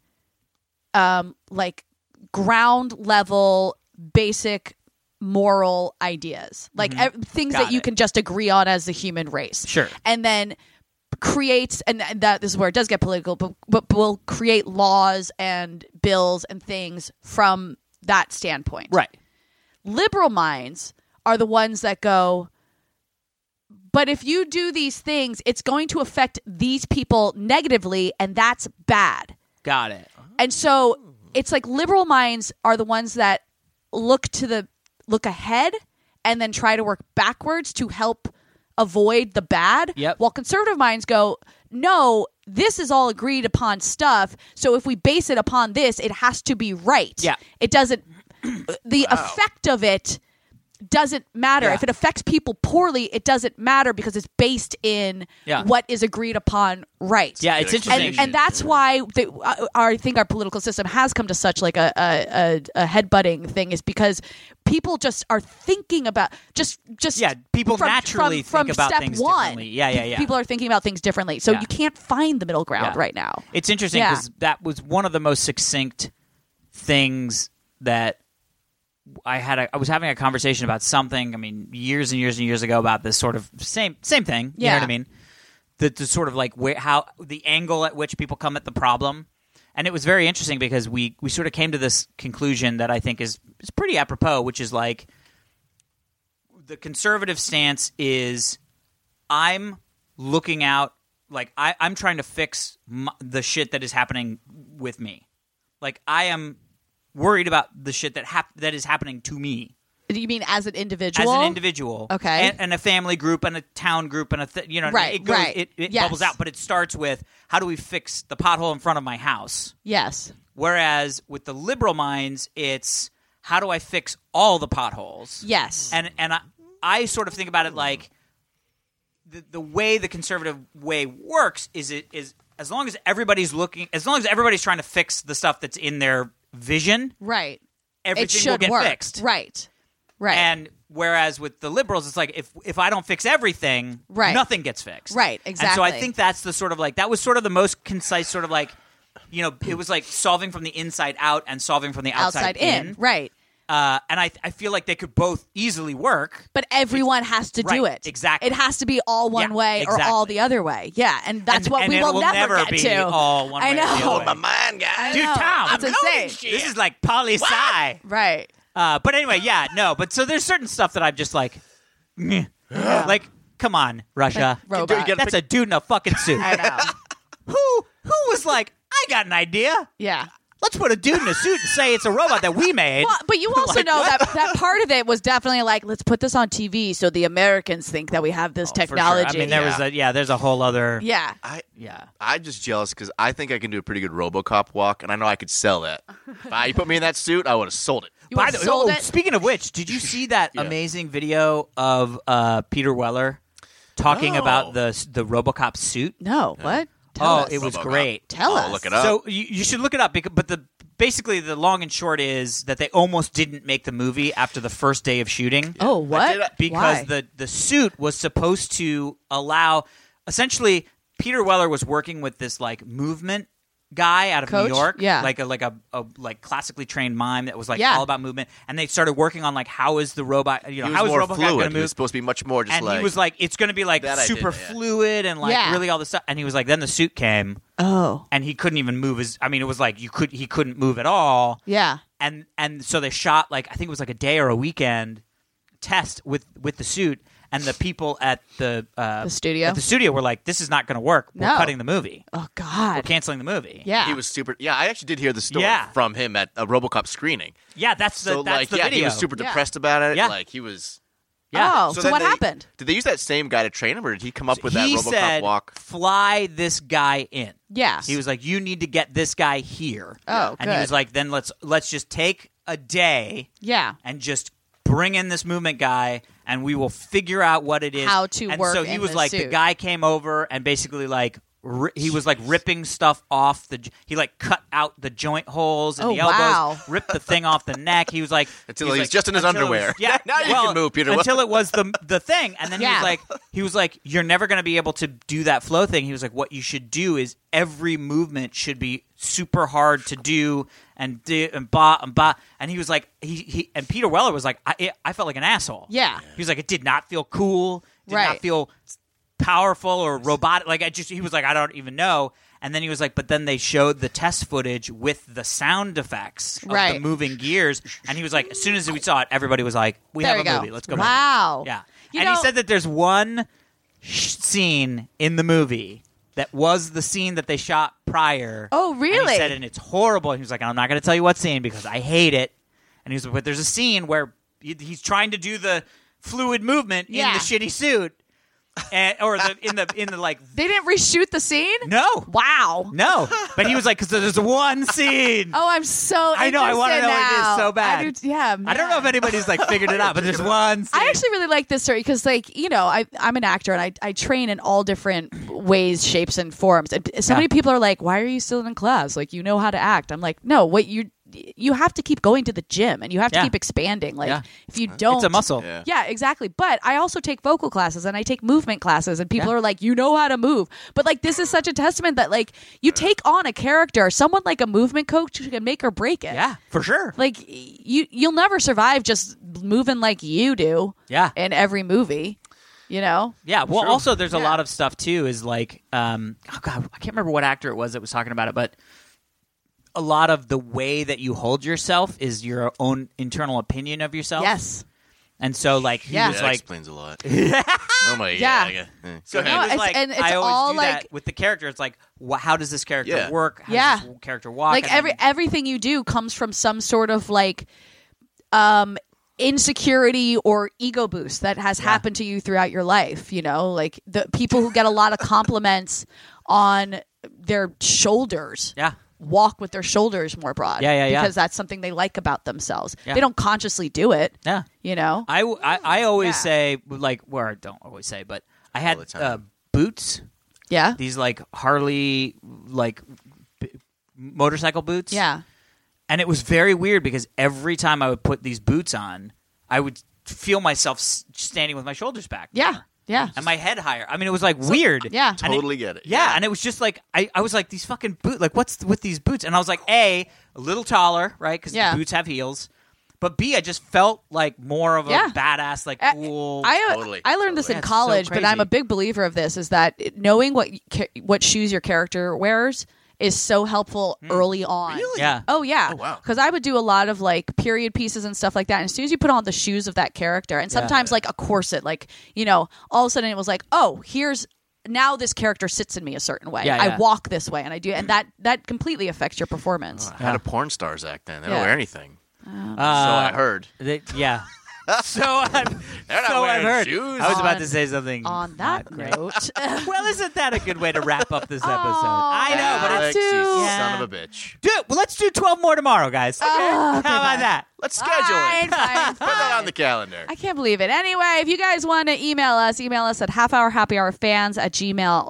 [SPEAKER 1] um, like ground level basic moral ideas like ev- things
[SPEAKER 2] Mm-hmm. Got
[SPEAKER 1] that you
[SPEAKER 2] it.
[SPEAKER 1] can just agree on as the human race
[SPEAKER 2] Sure.
[SPEAKER 1] and then creates and, and that this is where it does get political but, but will create laws and bills and things from that standpoint
[SPEAKER 2] Right.
[SPEAKER 1] liberal minds are the ones that go but if you do these things it's going to affect these people negatively and that's bad
[SPEAKER 2] Got it.
[SPEAKER 1] and so it's like liberal minds are the ones that look to the look ahead and then try to work backwards to help avoid the bad.
[SPEAKER 2] Yep.
[SPEAKER 1] While conservative minds go, no, this is all agreed upon stuff. So if we base it upon this, it has to be right.
[SPEAKER 2] Yeah.
[SPEAKER 1] It doesn't
[SPEAKER 2] *clears throat*
[SPEAKER 1] the effect of it doesn't matter.
[SPEAKER 2] Yeah.
[SPEAKER 1] If it affects people poorly, it doesn't matter because it's based in
[SPEAKER 2] Yeah.
[SPEAKER 1] what is agreed upon right
[SPEAKER 2] Yeah, it's
[SPEAKER 3] And-
[SPEAKER 2] interesting.
[SPEAKER 1] and, and that's why the, uh, our, I think our political system has come to such like a, a, a, a headbutting thing is because people just are thinking about just just
[SPEAKER 2] Yeah, people
[SPEAKER 1] from,
[SPEAKER 2] naturally
[SPEAKER 1] from,
[SPEAKER 2] think
[SPEAKER 1] from
[SPEAKER 2] about
[SPEAKER 1] step
[SPEAKER 2] things
[SPEAKER 1] one,
[SPEAKER 2] differently. Yeah, yeah, yeah.
[SPEAKER 1] People are thinking about things differently, so
[SPEAKER 2] Yeah.
[SPEAKER 1] you can't find the middle ground
[SPEAKER 2] Yeah.
[SPEAKER 1] right now.
[SPEAKER 2] It's interesting
[SPEAKER 1] Yeah.
[SPEAKER 2] because that was one of the most succinct things that I had. A, I was having a conversation about something. I mean, years and years and years ago about this sort of same same thing. You know
[SPEAKER 1] Yeah.
[SPEAKER 2] what I mean? The, the sort of like where, how the angle at which people come at the problem, and it was very interesting because we we sort of came to this conclusion that I think is is pretty apropos, which is like the conservative stance is I'm looking out like I, I'm trying to fix m the shit that is happening with me. Like I am worried about the shit that hap- that is happening to me
[SPEAKER 1] Do you mean as an individual?
[SPEAKER 2] as an individual.
[SPEAKER 1] Okay.
[SPEAKER 2] and, and a family group and a town group and a th- you know what I mean?
[SPEAKER 1] Right,
[SPEAKER 2] it goes,
[SPEAKER 1] right.
[SPEAKER 2] it, it
[SPEAKER 1] Yes.
[SPEAKER 2] bubbles out, but it starts with how do we fix the pothole in front of my house?
[SPEAKER 1] Yes.
[SPEAKER 2] Whereas with the liberal minds, it's how do I fix all the potholes?
[SPEAKER 1] Yes.
[SPEAKER 2] and and I, I sort of think about it like the the way the conservative way works is it is as long as everybody's looking as long as everybody's trying to fix the stuff that's in their vision
[SPEAKER 1] right. It
[SPEAKER 2] everything
[SPEAKER 1] should
[SPEAKER 2] will get
[SPEAKER 1] work.
[SPEAKER 2] fixed
[SPEAKER 1] Right. Right.
[SPEAKER 2] and whereas with the liberals it's like if if I don't fix everything
[SPEAKER 1] Right.
[SPEAKER 2] nothing gets fixed
[SPEAKER 1] Right,
[SPEAKER 2] and so I
[SPEAKER 1] exactly.
[SPEAKER 2] think that's the sort of like that was sort of the most concise sort of like you know it was like solving from the inside out and solving from the outside,
[SPEAKER 1] outside in. Right.
[SPEAKER 2] uh, and I I feel like they could both easily work
[SPEAKER 1] But everyone has to do
[SPEAKER 2] right,
[SPEAKER 1] it.
[SPEAKER 2] exactly.
[SPEAKER 1] It has to be all one
[SPEAKER 2] Yeah,
[SPEAKER 1] way or all
[SPEAKER 2] exactly.
[SPEAKER 1] the other way. Yeah, and that's
[SPEAKER 2] And-
[SPEAKER 1] what
[SPEAKER 2] and
[SPEAKER 1] we
[SPEAKER 2] it
[SPEAKER 1] will,
[SPEAKER 2] will never
[SPEAKER 1] get
[SPEAKER 2] be
[SPEAKER 1] to.
[SPEAKER 2] all one
[SPEAKER 1] I
[SPEAKER 2] way or the
[SPEAKER 1] know.
[SPEAKER 2] other way.
[SPEAKER 3] Hold my mind, guys.
[SPEAKER 2] Dude,
[SPEAKER 1] know.
[SPEAKER 2] Tom,
[SPEAKER 1] That's
[SPEAKER 2] I'm
[SPEAKER 1] insane.
[SPEAKER 3] loading shit.
[SPEAKER 2] This is like poli sci.
[SPEAKER 1] Right.
[SPEAKER 2] Uh, but anyway, yeah, no. But so there's certain stuff that I'm just like, meh. like, come on, Russia.
[SPEAKER 1] Like robot. You gotta
[SPEAKER 2] That's a dude in a fucking suit.
[SPEAKER 1] I know.
[SPEAKER 2] who who was like, I got an idea.
[SPEAKER 1] *laughs* Yeah.
[SPEAKER 2] Let's put a dude in a suit and say it's a robot that we made.
[SPEAKER 1] *laughs* Well,
[SPEAKER 2] *laughs*
[SPEAKER 1] but you also know that that part of it was definitely like, let's put this on TV so the Americans think that we have this
[SPEAKER 2] Oh, For sure. I
[SPEAKER 1] technology.
[SPEAKER 2] mean, there was
[SPEAKER 3] Yeah.
[SPEAKER 2] a yeah. There's a whole other
[SPEAKER 1] yeah.
[SPEAKER 3] I
[SPEAKER 2] yeah.
[SPEAKER 3] I'm just jealous because I think I can do a pretty good RoboCop walk, and I know I could sell that. If I, you put me in that suit, I would have sold it.
[SPEAKER 1] You would've sold
[SPEAKER 2] oh,
[SPEAKER 1] it.
[SPEAKER 2] speaking of which, did you see that
[SPEAKER 3] Yeah.
[SPEAKER 2] amazing video of uh, Peter Weller talking
[SPEAKER 3] No.
[SPEAKER 1] Oh.
[SPEAKER 2] about the the RoboCop suit?
[SPEAKER 1] No. What? Tell
[SPEAKER 2] oh,
[SPEAKER 1] us.
[SPEAKER 2] it was
[SPEAKER 3] RoboCop.
[SPEAKER 2] great.
[SPEAKER 1] Tell
[SPEAKER 3] I'll
[SPEAKER 1] us.
[SPEAKER 3] look it up.
[SPEAKER 2] So you, you should look it up. Because, but the basically the long and short is that they almost didn't make the movie after the first day of shooting.
[SPEAKER 1] Oh,
[SPEAKER 3] I
[SPEAKER 1] what?
[SPEAKER 3] did it
[SPEAKER 2] uh, because
[SPEAKER 1] Why?
[SPEAKER 2] the the suit was supposed to allow essentially Peter Weller was working with this like movement guy out of
[SPEAKER 1] Coach?
[SPEAKER 2] New York,
[SPEAKER 1] Yeah.
[SPEAKER 2] like a like a, a like classically trained mime that was like
[SPEAKER 1] Yeah.
[SPEAKER 2] all about movement, and they started working on like how is the robot, you know,
[SPEAKER 3] He
[SPEAKER 2] how
[SPEAKER 3] was
[SPEAKER 2] is
[SPEAKER 3] more
[SPEAKER 2] robot going to
[SPEAKER 3] fluid. He
[SPEAKER 2] move?
[SPEAKER 3] was supposed to be much more just
[SPEAKER 2] and
[SPEAKER 3] like.
[SPEAKER 2] he was like, it's going to be like
[SPEAKER 3] That I did,
[SPEAKER 2] super
[SPEAKER 3] yeah.
[SPEAKER 2] fluid and like
[SPEAKER 1] Yeah.
[SPEAKER 2] really all this stuff. And he was like, then the suit came,
[SPEAKER 1] oh.
[SPEAKER 2] and he couldn't even move his. I mean, it was like you could he couldn't move at all
[SPEAKER 1] Yeah.
[SPEAKER 2] and and so they shot like I think it was like a day or a weekend test with with the suit, and the people at the uh,
[SPEAKER 1] The studio?
[SPEAKER 2] at the studio were like, "This is not going to work. We're
[SPEAKER 1] No.
[SPEAKER 2] cutting the movie.
[SPEAKER 1] Oh God.
[SPEAKER 2] We're canceling the movie."
[SPEAKER 1] Yeah.
[SPEAKER 3] He was super. Yeah, I actually did hear the story
[SPEAKER 2] Yeah.
[SPEAKER 3] from him at a RoboCop screening.
[SPEAKER 2] yeah. That's the
[SPEAKER 3] so
[SPEAKER 2] that's
[SPEAKER 3] like,
[SPEAKER 2] the
[SPEAKER 3] yeah,
[SPEAKER 2] video.
[SPEAKER 3] he was super
[SPEAKER 1] Yeah.
[SPEAKER 3] depressed about it.
[SPEAKER 2] Yeah.
[SPEAKER 3] like he was.
[SPEAKER 2] yeah.
[SPEAKER 1] Oh, so,
[SPEAKER 3] then
[SPEAKER 1] what
[SPEAKER 3] they-
[SPEAKER 1] happened?
[SPEAKER 3] Did they use that same guy to train him, or did he come up with that
[SPEAKER 2] he
[SPEAKER 3] RoboCop
[SPEAKER 2] said,
[SPEAKER 3] walk?
[SPEAKER 2] "Fly this guy in."
[SPEAKER 1] Yes.
[SPEAKER 2] He was like, "You need to get this guy here."
[SPEAKER 1] Oh,
[SPEAKER 2] and he
[SPEAKER 1] good.
[SPEAKER 2] was like, "Then let's let's just take a day
[SPEAKER 1] Yeah.
[SPEAKER 2] and just bring in this movement guy, and we will figure out what it is
[SPEAKER 1] How to
[SPEAKER 2] and
[SPEAKER 1] work
[SPEAKER 2] So he
[SPEAKER 1] in
[SPEAKER 2] was
[SPEAKER 1] the
[SPEAKER 2] like, the
[SPEAKER 1] suit.
[SPEAKER 2] guy came over and basically like. ri- He was like ripping stuff off the. j- He like cut out the joint holes and
[SPEAKER 1] Oh,
[SPEAKER 2] the elbows,
[SPEAKER 1] wow.
[SPEAKER 2] *laughs* ripped the thing off the neck. He was like
[SPEAKER 3] Until
[SPEAKER 2] he was
[SPEAKER 3] he's
[SPEAKER 2] like-
[SPEAKER 3] just in his
[SPEAKER 2] until it
[SPEAKER 3] underwear.
[SPEAKER 2] was- yeah,
[SPEAKER 3] *laughs* Now you
[SPEAKER 2] well,
[SPEAKER 3] can move, Peter.
[SPEAKER 2] Until it was the the thing, and then he was
[SPEAKER 1] Yeah.
[SPEAKER 2] like, he was like, you're never going to be able to do that flow thing. He was like, what you should do is every movement should be super hard to do and do and ba and ba. And he was like, he, he and Peter Weller was like, I I felt like an asshole.
[SPEAKER 1] Yeah.
[SPEAKER 2] he was like, it did not feel cool. Did not
[SPEAKER 1] Right.
[SPEAKER 2] feel powerful or robotic. Like I just, he was like, I don't even know. And then he was like, but then they showed the test footage with the sound effects of the
[SPEAKER 1] Right.
[SPEAKER 2] moving gears, and he was like, as soon as we saw it, everybody was like, we
[SPEAKER 1] There
[SPEAKER 2] have
[SPEAKER 1] we
[SPEAKER 2] a
[SPEAKER 1] go.
[SPEAKER 2] movie. Let's go.
[SPEAKER 1] Wow.
[SPEAKER 2] Yeah.
[SPEAKER 1] You
[SPEAKER 2] and he
[SPEAKER 1] know-
[SPEAKER 2] said that there's one sh- scene in the movie that was the scene that they shot prior.
[SPEAKER 1] Oh,
[SPEAKER 2] And
[SPEAKER 1] really?
[SPEAKER 2] he said, and it's horrible. And he was like, I'm not going to tell you what scene because I hate it. And he was like, but there's a scene where he- he's trying to do the fluid movement in
[SPEAKER 1] Yeah.
[SPEAKER 2] the shitty suit, and, or the in the in the like
[SPEAKER 1] they didn't reshoot the scene.
[SPEAKER 2] no.
[SPEAKER 1] Wow.
[SPEAKER 2] No, but he was like, because there's one scene.
[SPEAKER 1] Oh, I'm so.
[SPEAKER 2] I know, I
[SPEAKER 1] want
[SPEAKER 2] wanna
[SPEAKER 1] to
[SPEAKER 2] know what it is so bad.
[SPEAKER 1] I do, yeah.
[SPEAKER 2] I don't know if
[SPEAKER 1] man.
[SPEAKER 2] anybody's like figured it out, but there's one.
[SPEAKER 1] *laughs*
[SPEAKER 2] Scene.
[SPEAKER 1] I actually really like this story because, like, you know, I, I'm an actor and I, I train in all different ways, shapes, and forms. And so
[SPEAKER 2] Yeah.
[SPEAKER 1] many people are like, "Why are you still in class? Like, you know how to act." I'm like, "No, what you you have to keep going to the gym and you have to
[SPEAKER 2] Yeah.
[SPEAKER 1] keep expanding. Like,
[SPEAKER 2] Yeah.
[SPEAKER 1] if you don't,
[SPEAKER 2] it's a muscle.
[SPEAKER 3] Yeah.
[SPEAKER 1] Yeah, exactly. But I also take vocal classes and I take movement classes, and people
[SPEAKER 2] Yeah.
[SPEAKER 1] are like, "You know how to move." But like, this is such a testament that like you take on a character, someone like a movement coach who can make or break it.
[SPEAKER 2] Yeah, for sure.
[SPEAKER 1] like y- you you'll never survive just moving like you do
[SPEAKER 2] Yeah.
[SPEAKER 1] in every movie you know
[SPEAKER 2] Yeah. Well, also there's a
[SPEAKER 1] Yeah.
[SPEAKER 2] lot of stuff too. Is like, um, oh god, I can't remember what actor it was that was talking about it, but a lot of the way that you hold yourself is your own internal opinion of yourself.
[SPEAKER 1] yes
[SPEAKER 2] And so, like, he
[SPEAKER 1] Yeah.
[SPEAKER 2] was
[SPEAKER 3] that
[SPEAKER 2] like,
[SPEAKER 3] explains
[SPEAKER 1] *laughs*
[SPEAKER 3] a lot. oh my
[SPEAKER 1] Yeah.
[SPEAKER 3] yeah. yeah. yeah.
[SPEAKER 2] so he
[SPEAKER 1] No,
[SPEAKER 2] was
[SPEAKER 1] it's-
[SPEAKER 2] like,
[SPEAKER 1] and it's
[SPEAKER 2] I always
[SPEAKER 1] all
[SPEAKER 2] do
[SPEAKER 1] like-
[SPEAKER 2] that with the character. It's like, wh- how does this character
[SPEAKER 3] Yeah.
[SPEAKER 2] work? How
[SPEAKER 1] Yeah.
[SPEAKER 2] does this character walk?
[SPEAKER 1] like
[SPEAKER 2] And then-
[SPEAKER 1] every everything you do comes from some sort of like um insecurity or ego boost that has happened to you throughout your life you know like the people who get a lot of compliments on their shoulders
[SPEAKER 2] yeah,
[SPEAKER 1] walk with their shoulders more broad
[SPEAKER 2] Yeah, yeah, yeah.
[SPEAKER 1] because that's something they like about themselves
[SPEAKER 2] Yeah.
[SPEAKER 1] they don't consciously do it
[SPEAKER 2] yeah.
[SPEAKER 1] you know
[SPEAKER 2] I, I, I always
[SPEAKER 1] Yeah.
[SPEAKER 2] say like, well, I don't always say, but I had
[SPEAKER 3] All the time.
[SPEAKER 2] uh, boots.
[SPEAKER 1] yeah
[SPEAKER 2] These like Harley like b- motorcycle boots.
[SPEAKER 1] yeah
[SPEAKER 2] and it was very weird because every time I would put these boots on, I would feel myself s- standing with my shoulders back.
[SPEAKER 1] yeah
[SPEAKER 2] more
[SPEAKER 1] yeah
[SPEAKER 2] and my head higher. I mean, it was like weird.
[SPEAKER 1] yeah.
[SPEAKER 2] And it-
[SPEAKER 3] Totally get it.
[SPEAKER 2] yeah, and it was just like I, I was like these fucking boot. Like, what's with these boots? And I was like, a a little taller, right? Because
[SPEAKER 1] Yeah.
[SPEAKER 2] the boots have heels. But B, I just felt like more of a
[SPEAKER 1] Yeah.
[SPEAKER 2] badass, like
[SPEAKER 1] I-
[SPEAKER 2] cool.
[SPEAKER 1] I, uh,
[SPEAKER 3] Totally.
[SPEAKER 1] I learned this
[SPEAKER 2] Totally.
[SPEAKER 1] in
[SPEAKER 2] That's so
[SPEAKER 1] college, but I'm
[SPEAKER 2] crazy.
[SPEAKER 1] a big believer of this is that it- knowing what y- ca- what shoes your character wears is so helpful early on.
[SPEAKER 3] Hmm. Really?
[SPEAKER 2] yeah,
[SPEAKER 1] Oh yeah.
[SPEAKER 3] Oh, wow.
[SPEAKER 1] Cuz I would do a lot of like period pieces and stuff like that and as soon as you put on the shoes of that character and sometimes like a corset like, you know, all of a sudden it was like, "Oh, here's now this character sits in me a certain way.
[SPEAKER 2] Yeah, yeah.
[SPEAKER 1] I walk this way and I do and that that completely affects your performance.
[SPEAKER 2] Oh,
[SPEAKER 3] How do porn stars act then? They don't
[SPEAKER 1] Yeah.
[SPEAKER 3] wear anything. so
[SPEAKER 2] Uh,
[SPEAKER 3] I heard.
[SPEAKER 2] They-
[SPEAKER 3] *laughs*
[SPEAKER 2] yeah. so I've,
[SPEAKER 3] They're not
[SPEAKER 2] so I've
[SPEAKER 3] wearing
[SPEAKER 2] heard.
[SPEAKER 3] shoes.
[SPEAKER 2] I was about
[SPEAKER 1] On-
[SPEAKER 2] to say something
[SPEAKER 1] On that
[SPEAKER 2] not great.
[SPEAKER 1] note, *laughs*
[SPEAKER 2] *laughs* well, isn't that a good way to wrap up this episode?
[SPEAKER 1] Aw,
[SPEAKER 2] I know, but it's
[SPEAKER 3] Alex, you
[SPEAKER 1] too.
[SPEAKER 3] son of a bitch.
[SPEAKER 2] do. Well, let's do twelve more tomorrow, guys. How about that?
[SPEAKER 3] Let's schedule
[SPEAKER 1] Fine,
[SPEAKER 3] it.
[SPEAKER 1] fine,
[SPEAKER 3] Put that
[SPEAKER 1] fine.
[SPEAKER 3] on the calendar.
[SPEAKER 1] I can't believe it. Anyway, if you guys want to email us, email us at halfhourhappyhourfans at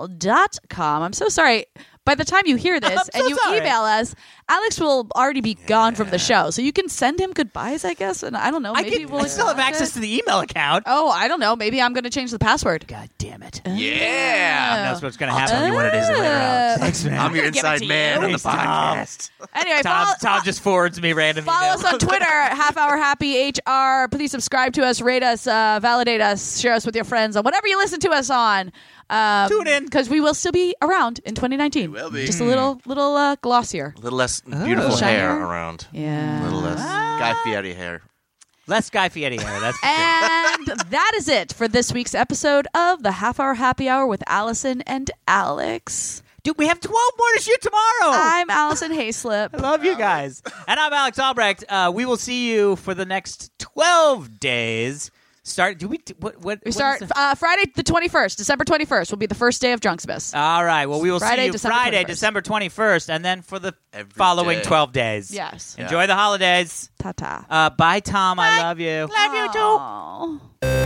[SPEAKER 1] gmail.com. I'm so sorry. By the time you hear this
[SPEAKER 2] *laughs* I'm so
[SPEAKER 1] and you
[SPEAKER 2] sorry.
[SPEAKER 1] email us, Alex will already be gone from the show. So you can send him goodbyes, I guess. And I don't know.
[SPEAKER 2] I,
[SPEAKER 1] Maybe
[SPEAKER 2] could,
[SPEAKER 1] we'll
[SPEAKER 2] I still have access to the email account.
[SPEAKER 1] Oh, I don't know. Maybe I'm going to change the password. Oh.
[SPEAKER 2] God damn it!
[SPEAKER 3] yeah.
[SPEAKER 2] That's what's gonna happen. you what it is later. Alex. Thanks, man.
[SPEAKER 3] I'm your
[SPEAKER 1] give it
[SPEAKER 3] inside
[SPEAKER 1] to
[SPEAKER 3] man
[SPEAKER 1] you.
[SPEAKER 3] on the
[SPEAKER 2] Thanks, Tom.
[SPEAKER 3] podcast.
[SPEAKER 1] Anyway,
[SPEAKER 2] Tom,
[SPEAKER 1] follow,
[SPEAKER 2] Tom just forwards me random.
[SPEAKER 1] follow
[SPEAKER 2] emails.
[SPEAKER 1] us on Twitter at Half Hour Happy HR. Please subscribe to us, rate us, uh, validate us, share us with your friends on whatever you listen to us on. Um,
[SPEAKER 2] Tune in.
[SPEAKER 1] because we will still be around in 2019.
[SPEAKER 3] will be.
[SPEAKER 1] just a little little uh, glossier.
[SPEAKER 3] A little less beautiful
[SPEAKER 1] Oh, Shiner?
[SPEAKER 3] hair around.
[SPEAKER 1] Yeah. Ah.
[SPEAKER 3] A little less Guy Fieri hair.
[SPEAKER 2] Less Guy Fieri here. That's for sure. *laughs*
[SPEAKER 1] And that is it for this week's episode of the Half Hour Happy Hour with Allison and Alex.
[SPEAKER 2] Dude, we have 12 more to shoot tomorrow.
[SPEAKER 1] I'm
[SPEAKER 2] *laughs*
[SPEAKER 1] Allison Hayslip.
[SPEAKER 2] Love you guys. And I'm Alex Albrecht. Uh, we will see you for the next 12 days. Start. Do we. What? what
[SPEAKER 1] We start uh, Friday the 21st, December 21st will be the first day of Drunksmith.
[SPEAKER 2] all right. Well, we will
[SPEAKER 1] Friday,
[SPEAKER 2] see you
[SPEAKER 1] December
[SPEAKER 2] Friday,
[SPEAKER 1] 21st.
[SPEAKER 2] December 21st, and then for the
[SPEAKER 3] Every
[SPEAKER 2] following
[SPEAKER 3] day.
[SPEAKER 2] 12 days.
[SPEAKER 1] Yes.
[SPEAKER 2] Enjoy the holidays.
[SPEAKER 1] Ta ta.
[SPEAKER 2] Uh, bye, Tom. I love you.
[SPEAKER 1] Love you too.